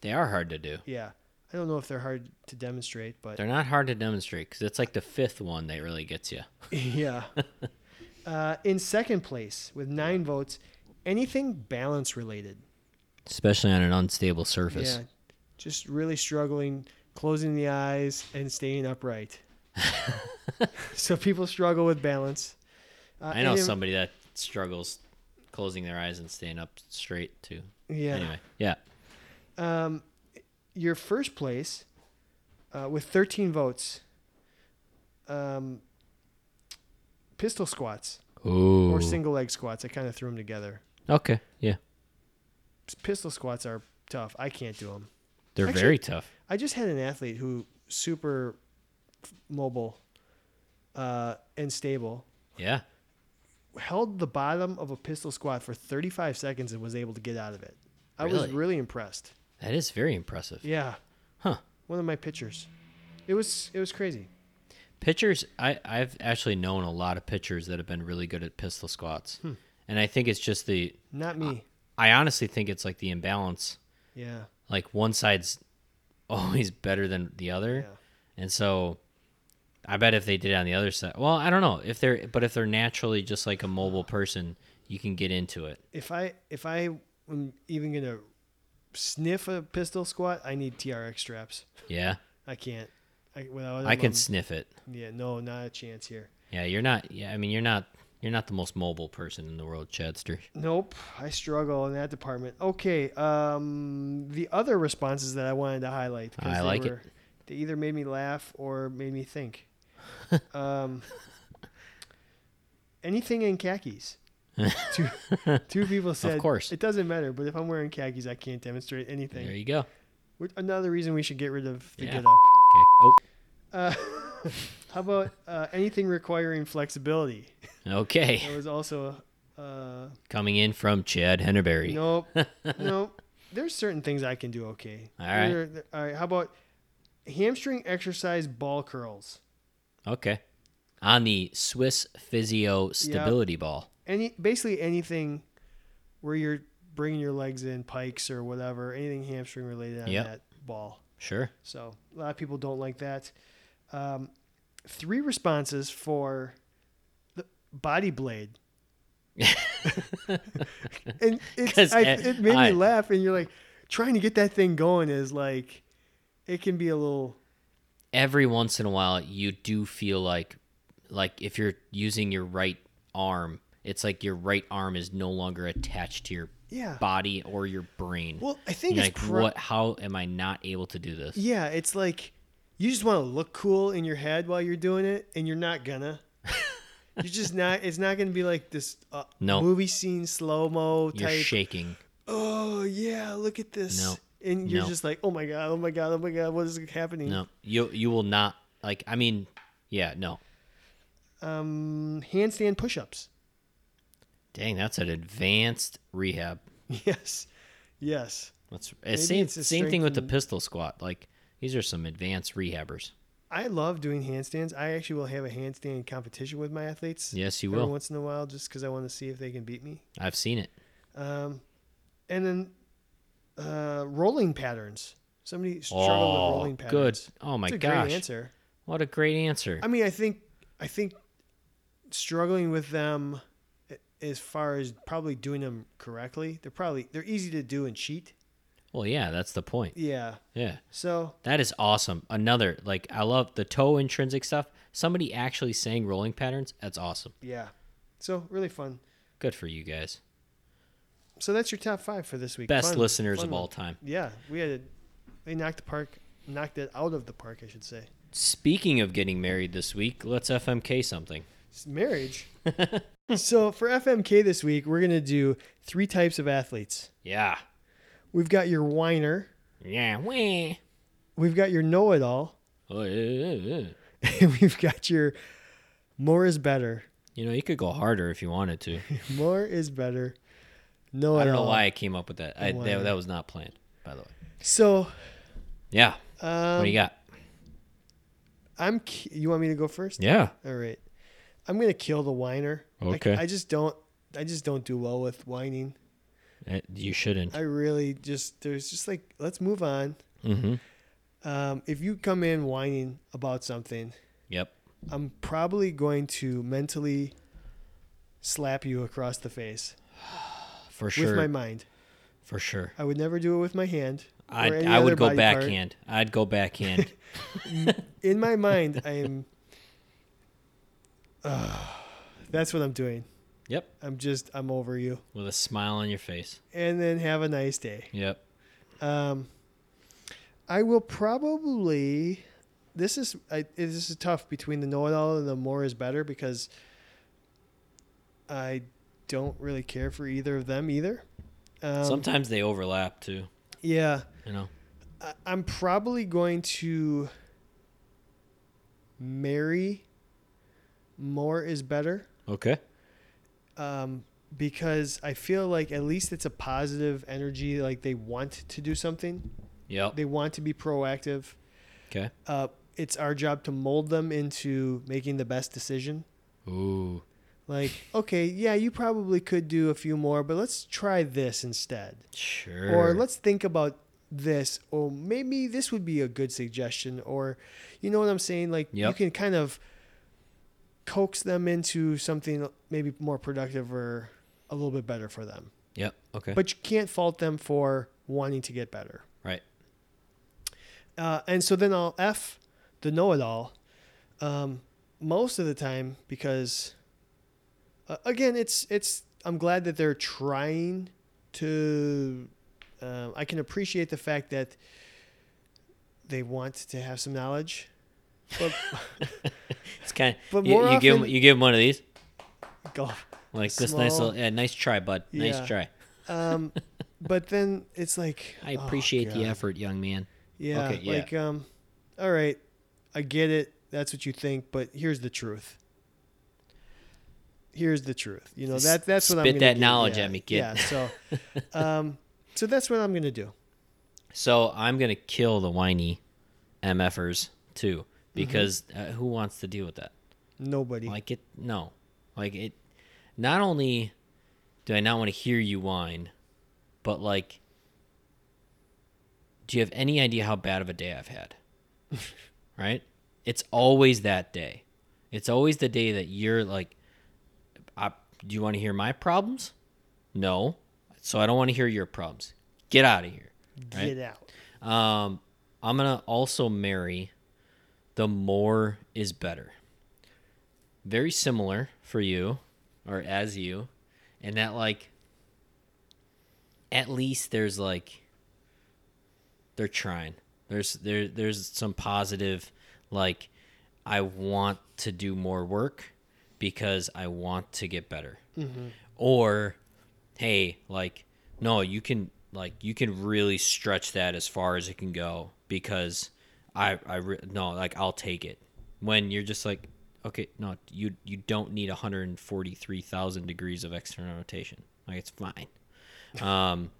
They are hard to do. Yeah, I don't know if they're hard to demonstrate, but They're not hard to demonstrate because it's like the fifth one that really gets you. (laughs) (laughs) yeah. Uh, in second place with nine votes, anything balance related. Especially on an unstable surface. Yeah, just really struggling, closing the eyes and staying (laughs) upright. so people struggle with balance. Uh, I know and in- somebody that struggles closing their eyes and staying up straight too. Yeah. Anyway, yeah. Um, your first place uh, with 13 votes. Um, pistol squats Ooh. or single leg squats. I kind of threw them together. okay. Yeah. Pistol squats are tough. I can't do them. They're Actually- very tough. I just had an athlete who super f- mobile uh, and stable Yeah. held the bottom of a pistol squat for 35 seconds and was able to get out of it. I was Really? really impressed. That is very impressive. Yeah, Huh. one of my pitchers. It was it was crazy. Pitchers, I, I've actually known a lot of pitchers that have been really good at pistol squats. Hmm. And I think it's just the, Not me. I honestly think it's like the imbalance. yeah. Like one side's (laughs) always better than the other. Yeah. And so I bet if they did it on the other side, well, I don't know. If they're, but if they're naturally just like a mobile person, you can get into it. If I if I am even gonna sniff a pistol squat, I need TRX straps. Yeah. I can't. I, without I can them, sniff it. I'm- yeah. No, not a chance here. Yeah. You're not, yeah. I mean, you're not, you're not the most mobile person in the world, Chadster. Nope, I struggle in that department. Okay, um, the other responses that I wanted to highlight because I they like it. were- They either made me laugh or made me think. (laughs) um, anything in khakis. two, two people said, course. it doesn't matter." But if I'm wearing khakis, I can't demonstrate anything. There you go. Which- Another reason we should get rid of the Yeah. get up. Okay. Oh, Uh, (laughs) how about uh, anything requiring flexibility? okay. That was also. Uh, Coming in from Chad Hennerberry. (laughs) Nope. nope. There's certain things I can do okay. All right. There- there- all right. How about hamstring exercise ball curls? Okay. On the Swiss Physio Stability Ball. Any basically anything where you're bringing your legs in pikes or whatever, anything hamstring related on Yep. that ball. Sure. So a lot of people don't like that. Um, three responses for the body (laughs) blade. and it's, 'Cause I, it- it made I- me laugh, and you're like, trying to get that thing going is like, it can be a little. Every once in a while, you do feel like, like if you're using your right arm, it's like your right arm is no longer attached to your Yeah. body or your brain. Well, I think You're it's like, pro- what? How am I not able to do this? Yeah, it's like you just want to look cool in your head while you're doing it, and you're not (laughs) gonna. you're just not. It's not gonna be like this uh, No. movie scene slow mo You're type. shaking. oh yeah, look at this. No. And you're No. just like, oh my god, oh my god, oh my god, what is happening? No, you you will not. Like, I mean, yeah, no. Um, handstand push-ups. (laughs) Dang, that's an advanced rehab. Yes, yes. That's it's Maybe same it's a same thing with the strengthen- pistol squat. Like these are some advanced rehabbers. I love doing handstands. I actually will have a handstand competition with my athletes. Yes, you every will. once in a while, just because I want to see if they can beat me. I've seen it. Um, and then uh, rolling patterns. Somebody struggled with rolling Oh, patterns. good. Oh my It's a gosh, great answer. what a great answer! I mean, I think I think struggling with them a- as far as probably doing them correctly. They're probably they're easy to do and cheat. well, yeah, that's the point. Yeah. Yeah, So that is awesome. Another like I love the toe intrinsic stuff. Somebody actually saying rolling patterns. That's awesome. yeah. So really fun. Good for you guys. So that's your top five for this week. Best Fun- listeners fun of one. all time. Yeah, we had a, they knocked the park, knocked it out of the park, I should say. Speaking of getting married this week, let's FMK something. It's marriage. (laughs) so for FMK this week, we're gonna do three types of athletes. Yeah. We've got your whiner, Yeah. Wah. we've got your know-it-all, (laughs) Oh, yeah, yeah, yeah. and we've got your more is better. You know, you could go harder if you (laughs) wanted to. More is better. Know-it-all. I don't know why I came up with that. I, Why? that. That was not planned, by the way. So Yeah. what um, do you got? I'm. ki- You want me to go first? Yeah. All right. I'm gonna kill the whiner. I- Okay. I just don't. I just don't do well with whining. Uh, You shouldn't. I really just there's just like let's move on. Mm-hmm. Um, if you come in whining about something, Yep. I'm probably going to mentally slap you across the face For sure. with my mind. For sure. I would never do it with my hand. or I'd, any I other would go body part. backhand. I'd (laughs) go backhand. In my (laughs) mind, I am. Ugh, (sighs) that's what I'm doing. yep. I'm just I'm over you, With a smile on your face. and then have a nice day. Yep. Um, I will probably. This is I, this is tough between the know-it-all and the more is better because I don't really care for either of them either. Um, Sometimes they overlap too. yeah, You know. I- I'm probably going to marry more is better Okay. um, because I feel like at least it's a positive energy. Like they want to do something, Yep. they want to be proactive. Okay. Uh, it's our job to mold them into making the best decision. Ooh. Like, okay, yeah, you probably could do a few more, but let's try this instead. Sure. Or let's think about this, or maybe this would be a good suggestion. Or, you know what I'm saying? Like, you Yep. can kind of coax them into something maybe more productive or a little bit better for them. Yep. Okay. But you can't fault them for wanting to get better. right. Uh, and so then I'll F the know it all um, most of the time because, uh, again, it's it's. I'm glad that they're trying to. Um, I can appreciate the fact that they want to have some knowledge, but (laughs) oh It's kind of. But you, more you give 'em- often- you give 'em one of these. go. Like this nice Small- little. Yeah. Nice try, bud. Yeah. Nice try. Um, but then it's like I oh, appreciate the God. effort, young man. Yeah, Okay, yeah. like um, all right, I get it. That's what you think, but here's the truth. Here's the truth. You know S- that that's what I'm spit gonna that do. knowledge Yeah, at me, kid. Yeah. (laughs) So, um, so that's what I'm gonna do. So I'm gonna kill the whiny mfers too, Mm-hmm. because uh, who wants to deal with that? Nobody. Like it, no. Like it. Not only do I not want to hear you whine, but like, do you have any idea how bad of a day I've had? (laughs) right? It's always that day. It's always the day that you're like, I, do you want to hear my problems? No. So I don't want to hear your problems. Get out of here. Right? get out. Um, I'm gonna also marry the more is better. Very similar for you, or as you, and that like at least there's like they're trying. There's there there's some positive like I want to do more work because I want to get better. Or hey, like no, you can like you can really stretch that as far as it can go because I I re- no, like I'll take it. When you're just like okay, no, you you don't need 143,000 degrees of external rotation. Like it's fine. Um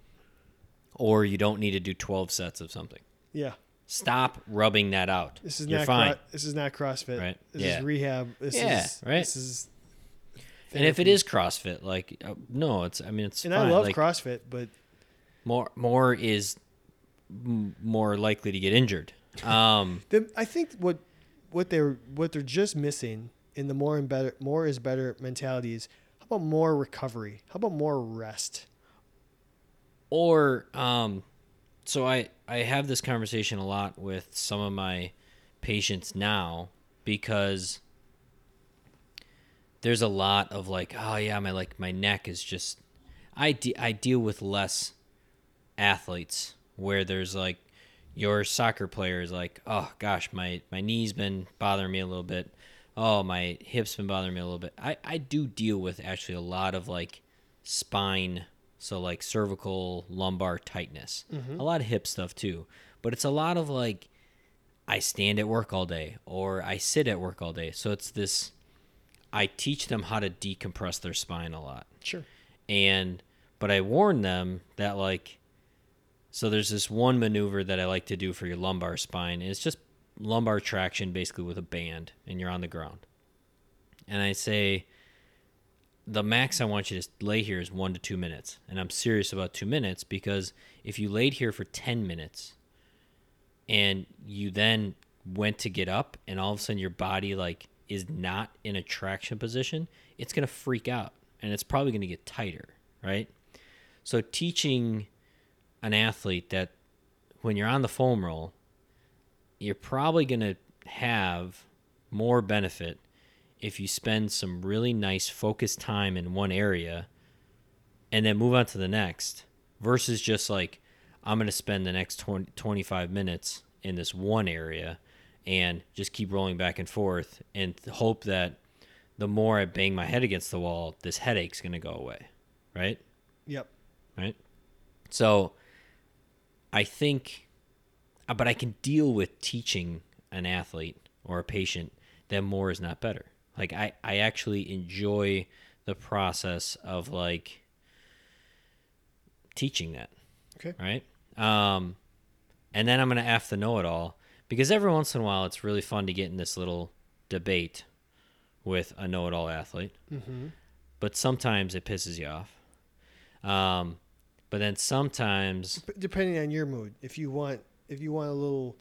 or you don't need to do 12 sets of something. Yeah. Stop rubbing that out. This is You're not. fine. Cro- this is not CrossFit. Right, This yeah. is rehab. This Yeah, is right. This is. and if it is CrossFit, like uh, no, it's I mean it's and fine. I love like, CrossFit, but more more is m- more likely to get injured. Um, (laughs) the, I think what what they're what they're just missing in the more and better more is better mentality is how about more recovery? How about more rest? or um, so I I have this conversation a lot with some of my patients now because there's a lot of like oh yeah my like my neck is just I de- I deal with less athletes where there's like your soccer player is like, oh gosh, my my knee's been bothering me a little bit. Oh, my hip's been bothering me a little bit. I I do deal with actually a lot of like spine, so like cervical lumbar tightness, a lot of hip stuff too. But it's a lot of like I stand at work all day or I sit at work all day. So it's this. I teach them how to decompress their spine a lot Sure. and but I warn them that like so there's this one maneuver that I like to do for your lumbar spine. and It's just lumbar traction basically with a band and you're on the ground. And I say the max I want you to lay here is 1 to 2 minutes. And I'm serious about 2 minutes because if you laid here for 10 minutes and you then went to get up and all of a sudden your body like is not in a traction position, it's going to freak out and it's probably going to get tighter, right? So teaching an athlete that when you're on the foam roll, you're probably going to have more benefit if you spend some really nice focused time in one area and then move on to the next versus just like i'm going to spend the next 20, 25 minutes in this one area and just keep rolling back and forth and th- hope that the more i bang my head against the wall this headache's going to go away right Yep. right? So I think uh, but I can deal with teaching an athlete or a patient that more is not better. Like I, I actually enjoy the process of like teaching that. Okay. Right. Um, and then I'm gonna f the know-it-all because every once in a while it's really fun to get in this little debate with a know-it-all athlete. But sometimes it pisses you off. Um, but then sometimes P- depending on your mood. If you want, if you want a little,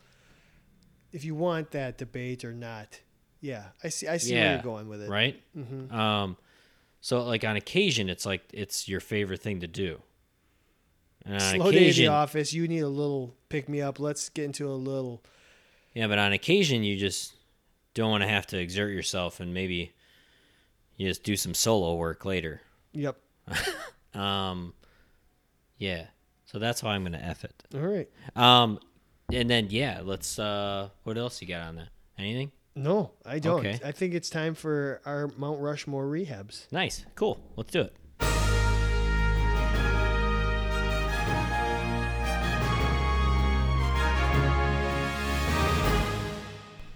if you want that debate or not. Yeah, I see. I see where Yeah, you're going with it. Mm-hmm. right? Um, so like on occasion, it's like it's your favorite thing to do. And on Slow day at the occasion, office. You need a little pick me up. Let's get into a little. yeah, but on occasion you just don't want to have to exert yourself, and maybe you just do some solo work later. Yep. Um, yeah, so that's why I'm gonna f it. All right. Um, and then yeah, let's. Uh, what else you got on that? Anything? No, I don't. Okay. I think it's time for our Mount Rushmore rehabs. Nice, cool. Let's do it.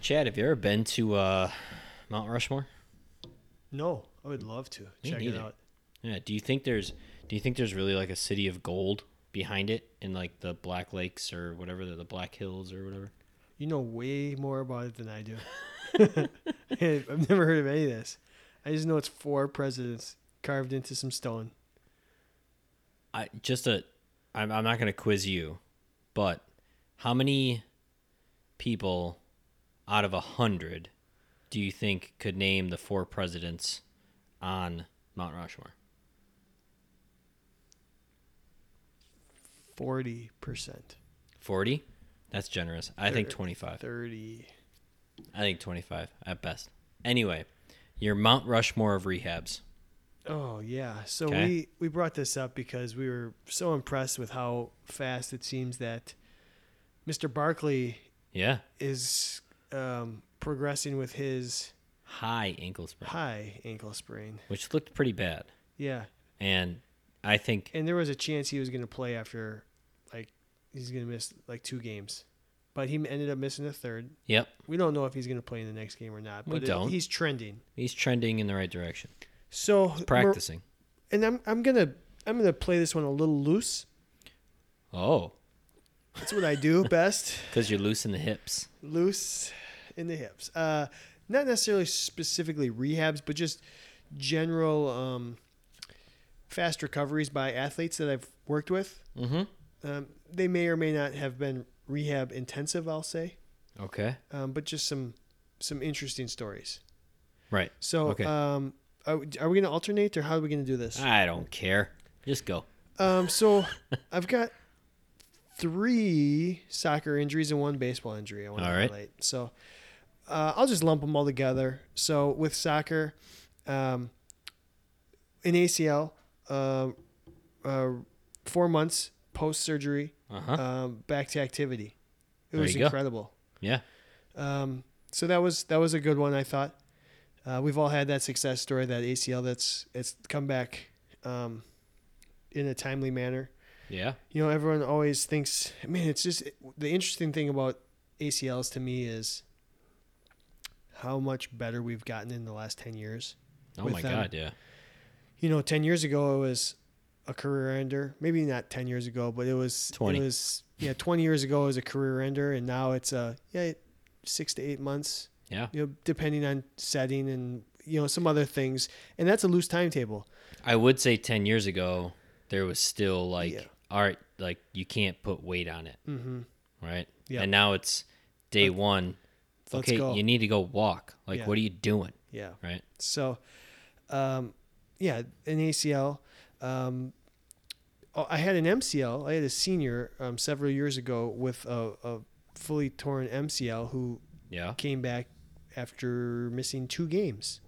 Chad, have you ever been to uh, Mount Rushmore? No, I would love to Me check neither. it out. Yeah. Do you think there's Do you think there's really like a city of gold behind it in like the Black Lakes or whatever the, the Black Hills or whatever? You know way more about it than I do. (laughs) I've never heard of any of this. I just know it's four presidents carved into some stone. I just a I'm I'm not gonna quiz you, but how many people out of a hundred do you think could name the four presidents on Mount Rushmore? Forty percent. Forty? That's generous. I think Thir- twenty five. Thirty. I think twenty five at best. Anyway, your Mount Rushmore of rehabs. Oh yeah. So Okay. we we brought this up because we were so impressed with how fast it seems that Mr. Barkley Yeah. is um, progressing with his High ankle sprain. high ankle sprain. Which looked pretty bad. Yeah. And I think and there was a chance he was going to play after like he's going to miss like two games but he ended up missing a third yep, we don't know if he's going to play in the next game or not We but it- don't. he's trending he's trending in the right direction. so Practicing. Mer- and i'm i'm going to i'm going to play this one a little loose Oh. that's what i (laughs) do best Because you're loosing the hips. loose in the hips uh not necessarily specifically rehabs but just general um fast recoveries by athletes that i've worked with Mm-hmm. um, they may or may not have been rehab intensive i'll say Okay. um, but just some some interesting stories. Right. So, Okay. Uh, um, are, we- are we going to alternate, or how are we going to do this? I don't care. Just go. Um, (laughs) so, I've got three soccer injuries and one baseball injury. I want to All right. highlight. So, uh, I'll just lump them all together. So, with soccer, um, in ACL, uh, uh, four months post surgery, Uh huh. um, back to activity. It There was you go. incredible. Yeah. Um, so that was that was a good one. I thought uh, we've all had that success story, that ACL that's it's come back um, in a timely manner. Yeah. You know, everyone always thinks. Man, it's just the interesting thing about ACLs to me is how much better we've gotten in the last ten years. Oh With my them. god. Yeah. You know, ten years ago it was a career ender. Maybe not ten years ago, but it was 20. It was yeah, twenty years ago it was a career ender, and now it's a yeah, six to eight months Yeah. you know, depending on setting and you know some other things, and that's a loose timetable. I would say ten years ago there was still like Yeah. all right, like you can't put weight on it, Mm-hmm. right? Yeah. And now it's day one. let's okay, go. you need to go walk. Like, Yeah. what are you doing? Yeah. Right. So, um, yeah, an ACL. Um, oh, I had an MCL. I had a senior um, several years ago with a, a fully torn MCL who Yeah. came back after missing two games.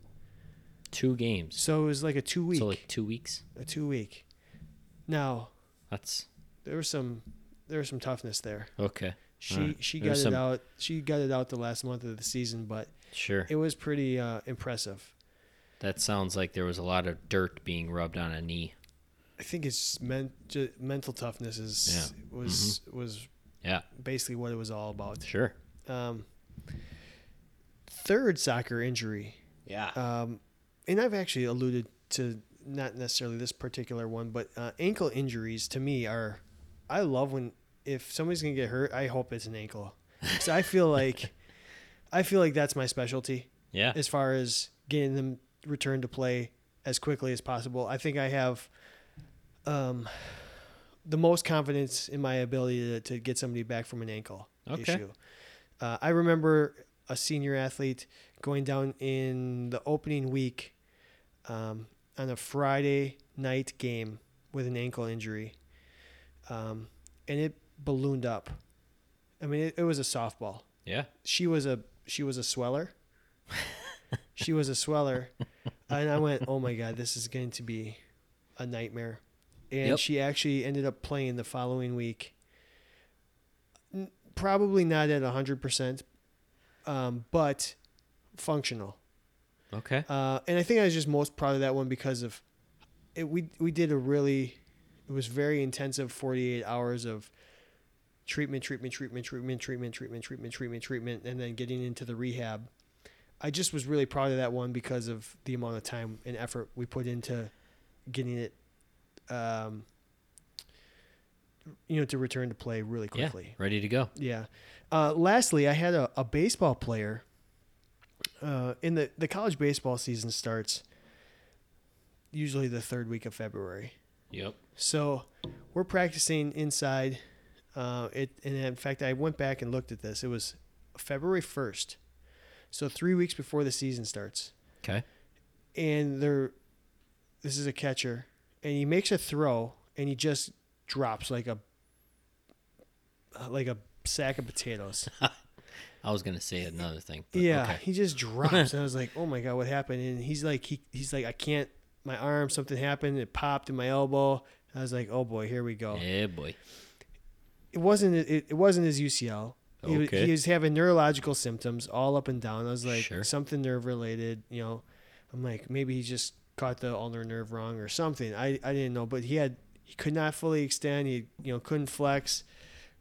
Two games. So it was like a two week, So like two weeks. a two week. Now That's there was some there was some toughness there. okay. She Alright. she There got it was some- out. She got it out the last month of the season, but Sure. it was pretty uh, impressive. That sounds like there was a lot of dirt being rubbed on a knee. I think it's men- ju- mental toughness is was was Mm-hmm. Yeah. basically what it was all about. Sure. Um, third soccer injury, Yeah. um, and I've actually alluded to not necessarily this particular one, but uh, ankle injuries to me are. I love when if somebody's gonna get hurt, I hope it's an ankle, because I feel like, I feel like that's my specialty yeah. as far as getting them returned to play as quickly as possible. I think I have um, the most confidence in my ability to, to get somebody back from an ankle Okay. issue. Uh, I remember a senior athlete going down in the opening week um, on a Friday night game with an ankle injury, um, and it ballooned up. I mean, it, it was a softball Yeah. she was a she was a sweller. she was a sweller, and I went, "Oh my god, this is going to be a nightmare." And Yep. she actually ended up playing the following week. N- Probably not at hundred percent, um, but functional. Okay. Uh, and I think I was just most proud of that one because of it. We we did a really, it was very intensive forty eight hours of treatment, treatment, treatment, treatment, treatment, treatment, treatment, treatment, treatment, and then getting into the rehab. I just was really proud of that one because of the amount of time and effort we put into getting it, um, you know, to return to play really quickly. Yeah. Ready to go. Yeah. Uh, lastly, I had a, a baseball player. Uh, in the, the college baseball season starts usually the third week of February. Yep. So we're practicing inside. Uh, it and in fact, I went back and looked at this. It was February first, so three weeks before the season starts Okay. and they're this is a catcher and he makes a throw and he just drops like a like a sack of potatoes I was gonna say another thing. but yeah Okay. he just drops and i was like oh my god what happened and he's like he, he's like i can't my arm something happened it popped in my elbow i was like oh boy here we go Yeah, boy. it wasn't it, it wasn't his UCL. He, was- Okay. he was having neurological symptoms all up and down. I was like Sure. something nerve related, you know. I'm like maybe he just caught the ulnar nerve wrong or something. I I didn't know, but he had he could not fully extend. He you know couldn't flex,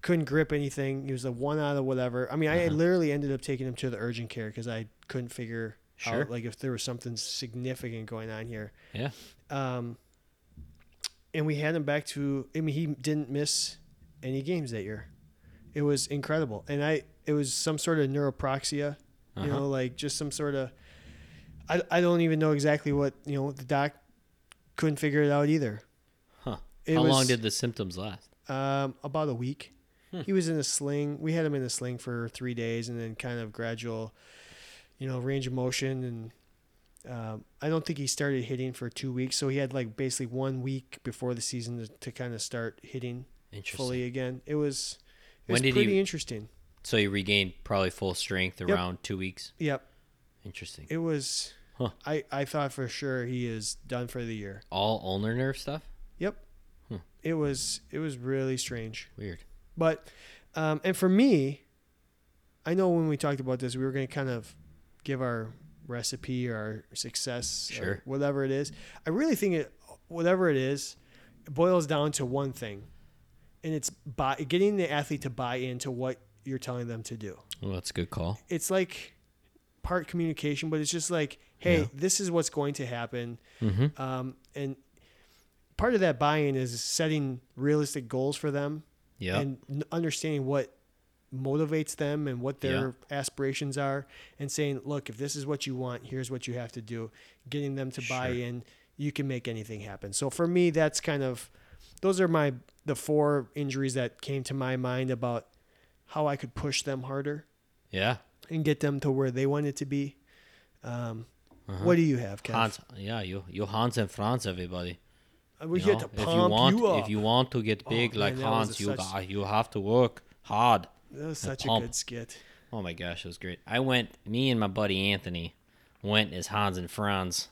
couldn't grip anything. He was a one out of whatever. I mean, I Uh-huh. literally ended up taking him to the urgent care because I couldn't figure Sure. out like if there was something significant going on here Yeah. um, and we had him back to. I mean, he didn't miss any games that year. It was incredible, and I it was some sort of neuroproxia, Uh-huh. you know, like just some sort of. I I don't even know exactly what you know. The doc couldn't figure it out either. Huh. It How was, long did the symptoms last? um about a week. Hmm. He was in a sling. We had him in a sling for three days, and then kind of gradual, you know, range of motion. And um, I don't think he started hitting for two weeks, so he had like basically one week before the season to, to kind of start hitting Interesting. fully again. It was it was When did pretty he- interesting. So you regained probably full strength around two weeks. Yep, Interesting. it was. Huh. I I thought for sure he is done for the year. All ulnar nerve stuff. Yep, Hmm. it was it was really strange. Weird. But um, and for me, I know when we talked about this, we were going to kind of give our recipe or our success, or Sure. whatever it is. I really think it, whatever it is, it boils down to one thing, and it's buy, getting the athlete to buy into what you're telling them to do. Well, that's a good call. It's like part communication, but it's just like, hey, Yeah. this is what's going to happen. Mm-hmm. Um, and part of that buy-in is setting realistic goals for them Yeah. and n- understanding what motivates them and what their aspirations are and saying look if this is what you want here's what you have to do getting them to buy Sure. in you can make anything happen so for me that's kind of those are my the four injuries that came to my mind about how i could push them harder yeah. and get them to where they wanted to be um, Uh-huh. what do you have Kev? Hans, yeah, you, you Hans and Franz, everybody. we you get know? to if pump you want, up Oh, if you want to get big man, like that was Hans, a you such- got, you have to work hard. that was such a pump. good skit Oh my gosh, it was great. I went, me and my buddy Anthony went as Hans and Franz.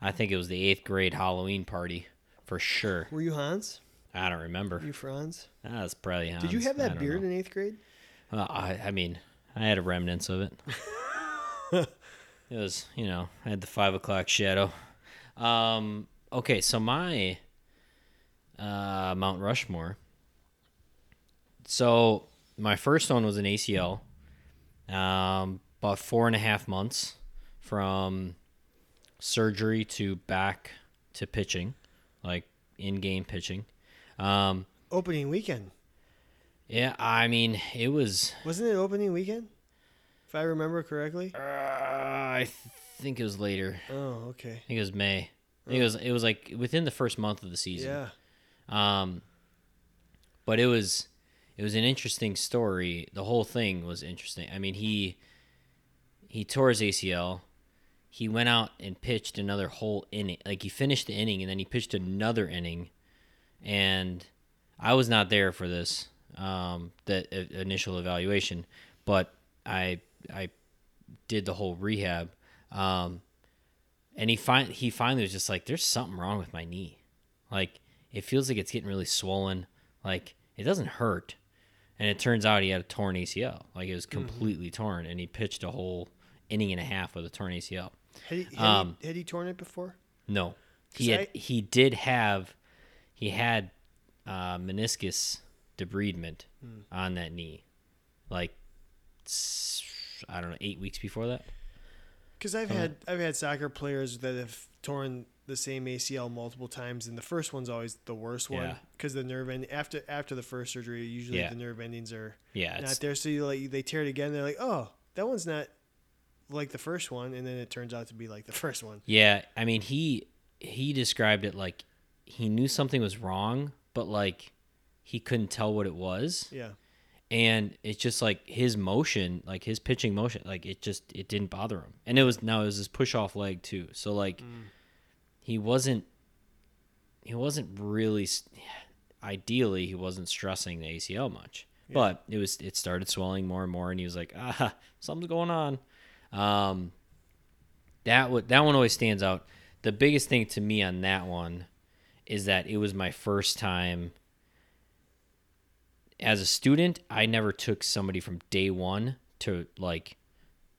I think it was the eighth grade Halloween party for sure. were you hans I don't remember. were you franz That was probably Hans. did you have I that don't beard know. in eighth grade Uh, I, I mean, I had a remnants of it. it was, you know, I had the five o'clock shadow. Um, okay, so my uh, Mount Rushmore So my first one was an ACL, um, about four and a half months from surgery to back to pitching, like in-game pitching. Um, Opening weekend. yeah, I mean it was. Wasn't it opening weekend? If I remember correctly. Uh, I think it was later. Oh, okay. I think it was May. I think it was it was like within the first month of the season. Yeah. Um, but it was it was an interesting story. The whole thing was interesting. I mean, he he tore his ACL. He went out and pitched another whole inning. Like he finished the inning and then he pitched another inning. And I was not there for this um, that i- initial evaluation, but I I did the whole rehab. Um, and he fin- he finally was just like, "There's something wrong with my knee. Like it feels like it's getting really swollen. Like it doesn't hurt." And it turns out he had a torn ACL. Like it was completely torn, and he pitched a whole inning and a half with a torn ACL. Had he, had, Um, he, had he torn it before? No, he 'Cause had, he did have he had uh, meniscus debridement on that knee, like s- I don't know, eight weeks before that. Because I've had I've had soccer players that have torn the same ACL multiple times, and the first one's always the worst one Yeah. because the nerve end after after the first surgery, usually Yeah. the nerve endings are Yeah, not it's, there. So you like they tear it again. They're like, oh, that one's not like the first one, and then it turns out to be like the first one. yeah. I mean, he he described it like he knew something was wrong, but like he couldn't tell what it was. Yeah, and it's just like his motion, like his pitching motion, like it just it didn't bother him. And it was no, it was his push off leg too. So like he wasn't he wasn't really s- ideally he wasn't stressing the ACL much. But it was it started swelling more and more and he was like, "Ah, something's going on." Um that w- that one always stands out. The biggest thing to me on that one is that it was my first time as a student, I never took somebody from day one to like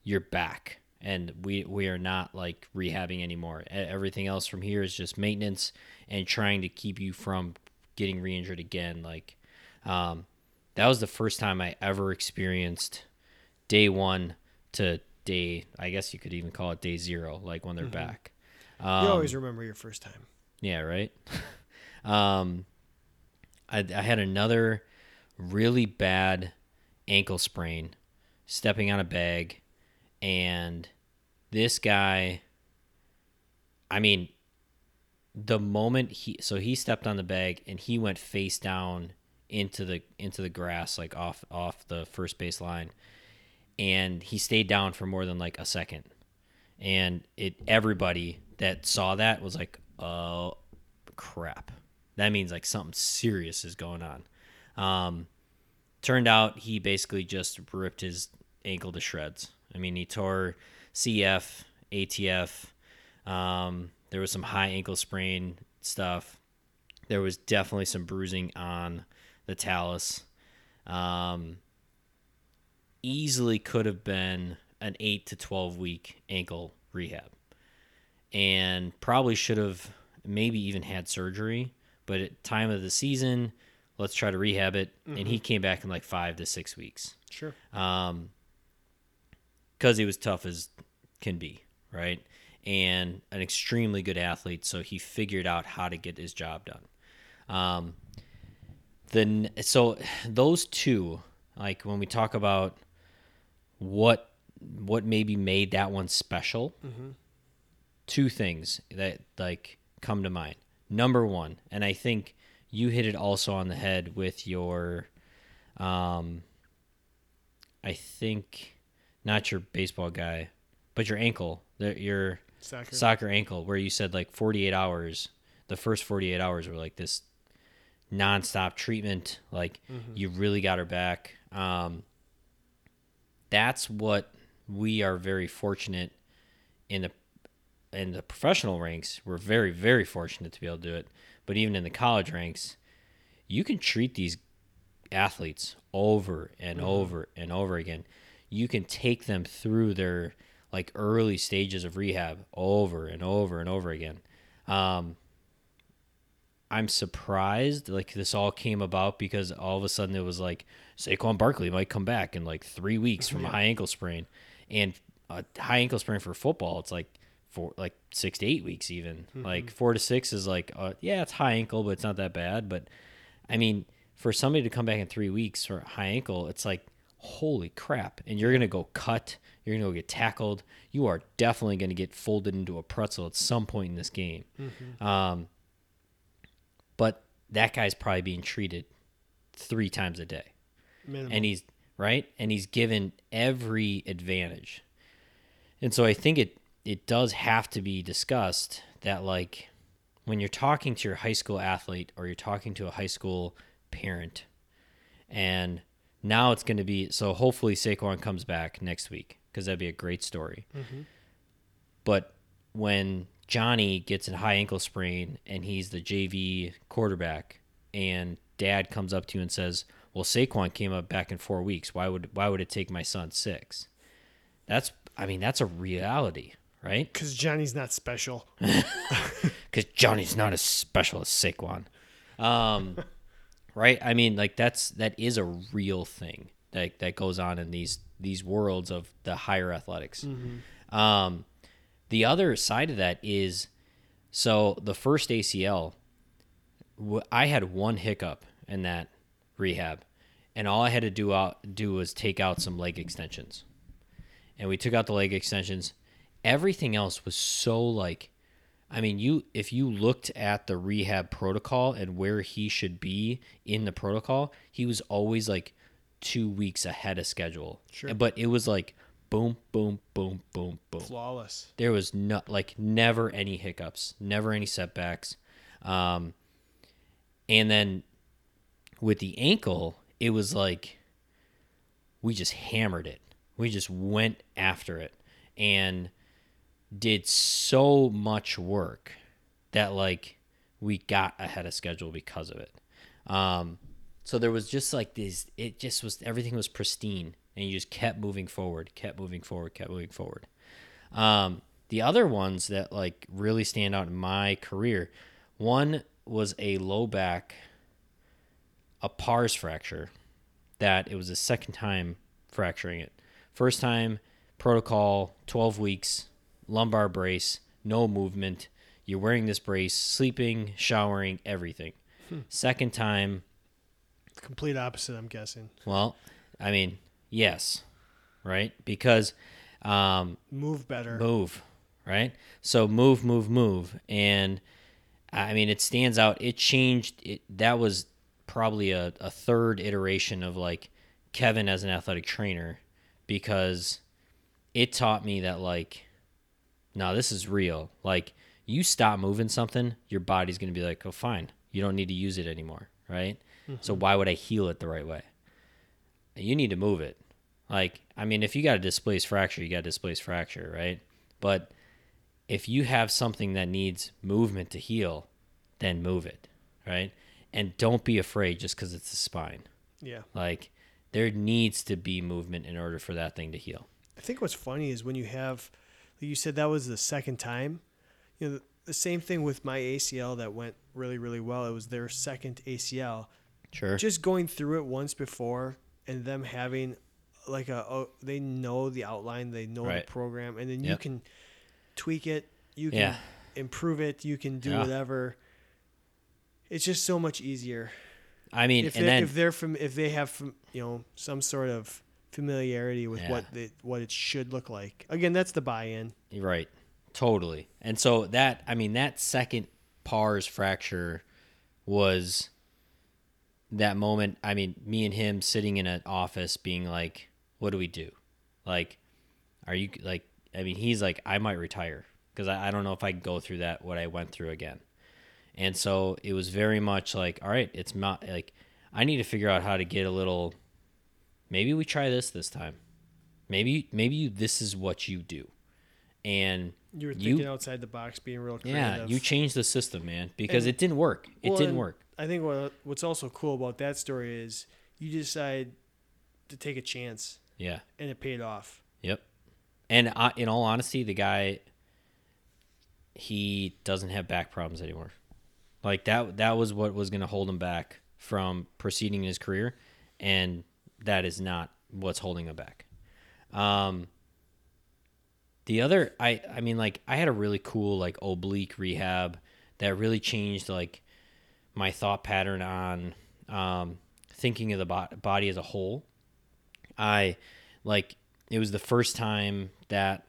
you're back and we we are not like rehabbing anymore. E- Everything else from here is just maintenance and trying to keep you from getting re-injured again. Like um, that was the first time I ever experienced day one to day. I guess you could even call it day zero, like when they're back. Um, you always remember your first time. Yeah, right. (laughs) um, I, I had another really bad ankle sprain stepping on a bag, and this guy, I mean, the moment he so he stepped on the bag and he went face down into the into the grass like off off the first base line and he stayed down for more than like a second and it everybody that saw that was like oh crap that means like something serious is going on um turned out he basically just ripped his ankle to shreds i mean he tore cf atf um there was some high ankle sprain stuff there was definitely some bruising on the talus um easily could have been an 8 to 12 week ankle rehab and probably should have maybe even had surgery but at time of the season let's try to rehab it and he came back in like 5 to 6 weeks Sure. um because he was tough as can be right and an extremely good athlete so he figured out how to get his job done um then so those two like when we talk about what what maybe made that one special two things that like come to mind number one and i think you hit it also on the head with your um i think not your baseball guy but your ankle the, your Soccer. soccer ankle where you said like 48 hours the first 48 hours were like this nonstop treatment like you really got her back um that's what we are very fortunate in the in the professional ranks we're very very fortunate to be able to do it but even in the college ranks you can treat these athletes over and over and over again. You can take them through their like early stages of rehab over and over and over again. Um, I'm surprised like this all came about because all of a sudden it was like Saquon Barkley might come back in like three weeks from a high ankle sprain, and a high ankle sprain for football it's like four like six to eight weeks even like four to six is like uh, yeah it's high ankle but it's not that bad but I mean for somebody to come back in three weeks for a high ankle it's like holy crap and you're gonna go cut you're gonna go get tackled you are definitely gonna get folded into a pretzel at some point in this game. Um, but that guy's probably being treated three times a day Minimum. and he's right and he's given every advantage and so i think it it does have to be discussed that like when you're talking to your high school athlete or you're talking to a high school parent and now it's going to be so hopefully Saquon comes back next week because that'd be a great story. But when Johnny gets a high ankle sprain and he's the JV quarterback, and Dad comes up to you and says, "Well, Saquon came up back in four weeks. Why would why would it take my son six? That's I mean that's a reality, right? Because Johnny's not special. because Johnny's not as special as Saquon. Um, (laughs) right? I mean, like that's that is a real thing that that goes on in these these worlds of the higher athletics. Um, the other side of that is so the first ACL, w- I had one hiccup in that rehab, and all I had to do out do was take out some leg extensions, and we took out the leg extensions. Everything else was so like, I mean, you if you looked at the rehab protocol and where he should be in the protocol, he was always like two weeks ahead of schedule. Sure. but it was like boom, boom, boom, boom, boom Flawless. there was no like never any hiccups, never any setbacks. Um, and then with the ankle, it was like we just hammered it. We just went after it and did so much work that like we got ahead of schedule because of it. Um, so there was just like these. It just was everything was pristine, and you just kept moving forward, kept moving forward, kept moving forward. Um, the other ones that like really stand out in my career, one was a low back, a pars fracture. That it was the second time fracturing it. First time protocol, twelve weeks, lumbar brace, no movement. You're wearing this brace, sleeping, showering, everything. Second time, Complete opposite, I'm guessing. well, I mean, yes, right? Because um, Move better. Move, right? So move, move, move, and I mean it stands out. It changed. It that was probably a, a third iteration of like Kevin as an athletic trainer because it taught me that like, no, this is real. Like you stop moving something, your body's gonna be like, oh, fine, you don't need to use it anymore, right? So why would I heal it the right way? you need to move it. Like, I mean, if you got a displaced fracture, you got a displaced fracture, right? But if you have something that needs movement to heal, then move it, right? And don't be afraid just because it's a spine. Yeah. Like, there needs to be movement in order for that thing to heal. I think what's funny is when you have, you said that was the second time. You know, the, the same thing with my ACL that went really, really well. It was their second ACL. Sure. Just going through it once before and them having like a, oh, they know the outline, they know Right. the program, and then you Yep. can tweak it, you can Yeah. improve it, you can do Yeah. whatever. It's just so much easier I mean, if and they, then if they're from if they have from, you know some sort of familiarity with what Yeah. the, what it should look like. Again, that's the buy-in. You're right. Totally. And so that I mean that second pars fracture was that moment, I mean, me and him sitting in an office being like, what do we do? Like are you like I mean, he's like I might retire because I, I don't know if I can go through that what I went through again. And so it was very much like, all right, it's not like I need to figure out how to get a little maybe we try this this time. Maybe maybe you, this is what you do and You were You- thinking outside the box, being real creative. yeah, you changed the system, man, because it didn't work. It Well, didn't and work. I think what, what's also cool about that story is you decide to take a chance, Yeah. and it paid off. Yep. And I, in all honesty, the guy he doesn't have back problems anymore. Like that that was what was going to hold him back from proceeding in his career and that is not what's holding him back. Um the other I I mean like I had a really cool like oblique rehab that really changed like my thought pattern on um thinking of the bo- body as a whole. I like it was the first time that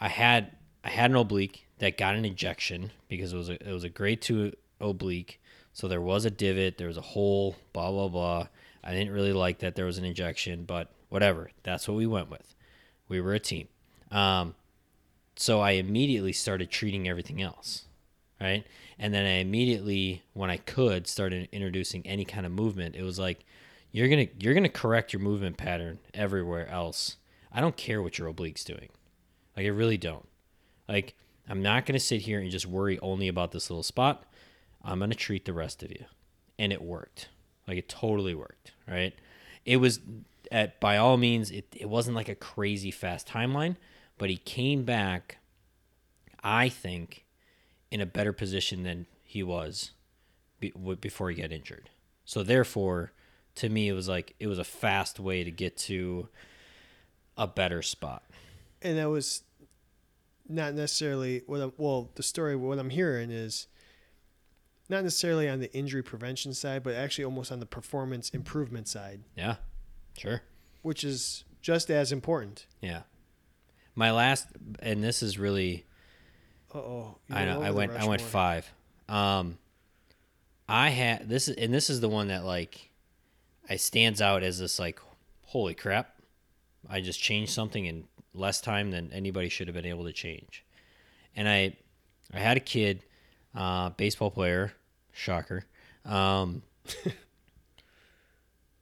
I had I had an oblique that got an injection because it was a it was a grade two oblique. So there was a divot, there was a hole, blah blah blah. I didn't really like that there was an injection, but whatever. That's what we went with. We were a team. Um, so I immediately started treating everything else, right? And then I immediately, when I could, started introducing any kind of movement. It was like you're gonna you're gonna correct your movement pattern everywhere else. I don't care what your oblique's doing. Like I really don't. Like I'm not going to sit here and just worry only about this little spot. I'm going to treat the rest of you. And it worked. Like it totally worked, right? It was at by all means it it wasn't like a crazy fast timeline, but he came back I think in a better position than he was be, w- before he got injured. So therefore, to me it was like it was a fast way to get to a better spot. and that was not necessarily what I'm, well the story what I'm hearing is not necessarily on the injury prevention side but actually almost on the performance improvement side Yeah. Sure. which is just as important Yeah. My last, and this is really, oh I know, I went, I went five. Um, I had this, is, and this is the one that like, I stands out as this like, holy crap, I just changed something in less time than anybody should have been able to change. And I, I had a kid, uh, baseball player, shocker, um,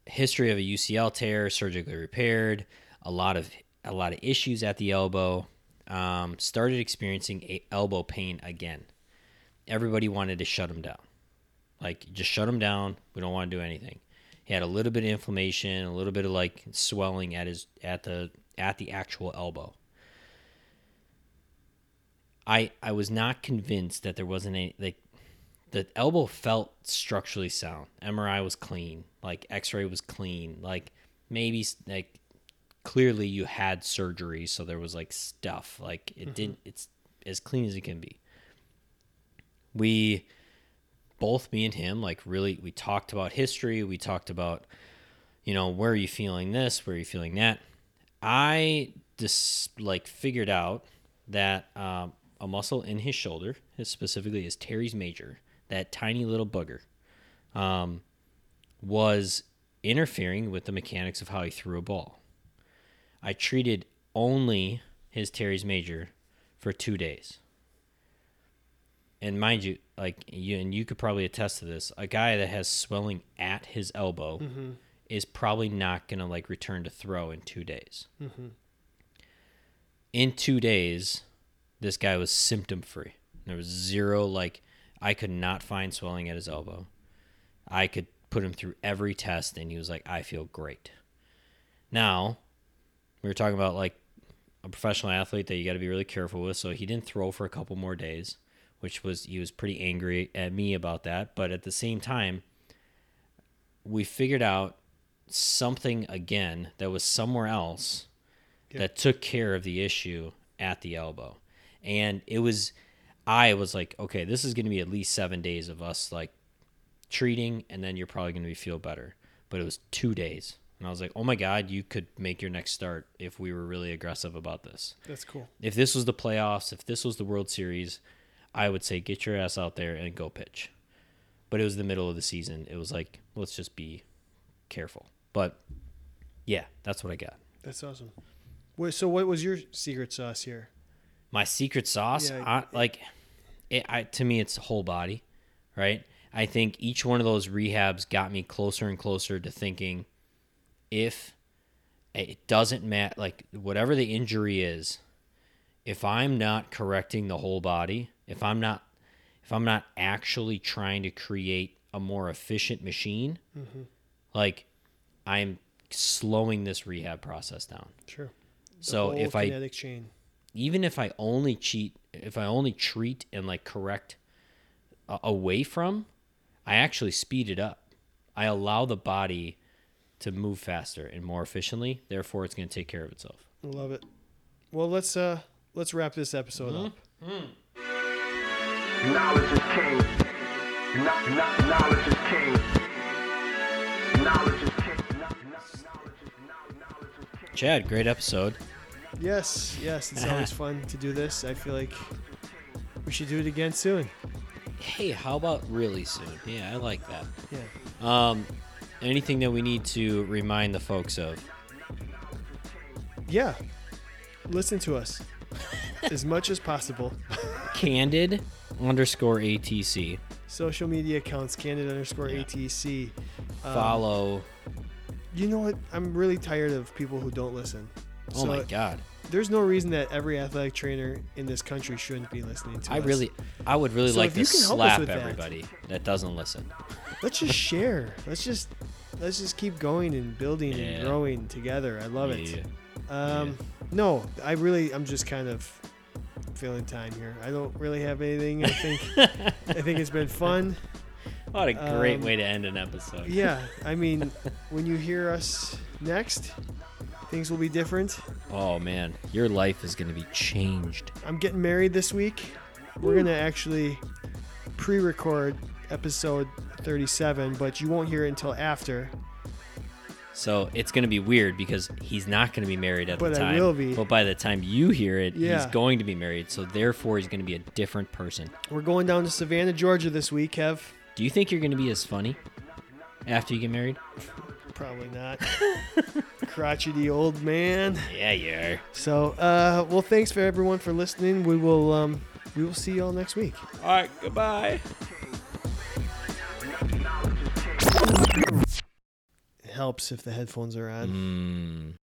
history of a UCL tear, surgically repaired, a lot of a lot of issues at the elbow. Um, started experiencing a elbow pain again. Everybody wanted to shut him down, like just shut him down. We don't want to do anything. He had a little bit of inflammation, a little bit of like swelling at his at the at the actual elbow. I I was not convinced that there wasn't any like the elbow felt structurally sound. MRI was clean, like X-ray was clean, like maybe s- like clearly you had surgery, so there was like stuff like it didn't. It's as clean as it can be. We both me and him like really we talked about history. We talked about you know where are you feeling this, where are you feeling that. I just like figured out that um, a muscle in his shoulder, his specifically his Terry's major, that tiny little booger, um, was interfering with the mechanics of how he threw a ball. I treated only his Terry's major for two days. And mind you, like you and you could probably attest to this, a guy that has swelling at his elbow is probably not gonna like return to throw in two days. In two days, this guy was symptom free. There was zero like I could not find swelling at his elbow. I could put him through every test and he was like, I feel great. Now, we were talking about like a professional athlete that you got to be really careful with. So he didn't throw for a couple more days, which was he was pretty angry at me about that. But at the same time, we figured out something again that was somewhere else that took care of the issue at the elbow. And it was, I was like, okay, this is going to be at least seven days of us like treating, and then you're probably going to feel better. But it was two days. And I was like, oh my God, you could make your next start if we were really aggressive about this. that's cool If this was the playoffs, if this was the World Series, I would say get your ass out there and go pitch. But it was the middle of the season. It was like, let's just be careful. But yeah, that's what I got. that's awesome Wait, so what was your secret sauce here my secret sauce Yeah, I, like it, I, to me it's whole body right i think each one of those rehabs got me closer and closer to thinking if it doesn't matter like whatever the injury is if i'm not correcting the whole body if i'm not if i'm not actually trying to create a more efficient machine Mm-hmm. like i'm slowing this rehab process down sure The so whole if i kinetic chain even if I only cheat, if I only treat and like correct a- away from, I actually speed it up. I allow the body to move faster and more efficiently. Therefore, it's going to take care of itself. I love it. Well, let's uh let's wrap this episode up. Knowledge is king. Kno- kno- Knowledge is king. Knowledge is king. Kno- kno- knowledge is- kno- knowledge is king. Chad, great episode. Mm-hmm. Yes, yes, it's (laughs) always fun to do this. I feel like we should do it again soon. Hey, how about really soon? Yeah, I like that. Yeah. Um, anything that we need to remind the folks of? Yeah. Listen to (laughs) us as much as possible. Candid underscore ATC. Social media accounts candid underscore ATC. Um, Follow. You know what? I'm really tired of people who don't listen. oh my God. There's no reason that every athletic trainer in this country shouldn't be listening to I us. really, I would really So like if to you can help us slap with that- everybody that doesn't listen. let's just share. Let's just let's just keep going and building Yeah. and growing together. I love Yeah. it. Um, No, I really, I'm just kind of feeling time here. I don't really have anything. I (laughs) think, I think it's been fun. What a great Um, way to end an episode. Yeah, I mean, when you hear us next, things will be different. Oh man, your life is going to be changed. I'm getting married this week. We're gonna actually pre-record episode 37, but you won't hear it until after. So it's going to be weird because he's not going to be married at But the I time. will be. But by the time you hear it, Yeah. he's going to be married. So therefore, he's going to be a different person. We're going down to Savannah, Georgia this week, Kev. Do you think you're going to be as funny after you get married? Probably not. Crotchety old man. Yeah, you are. So, uh, well, thanks for everyone for listening. We will, um, we will see y'all next week. All right, goodbye. It helps if the headphones are on. Mm.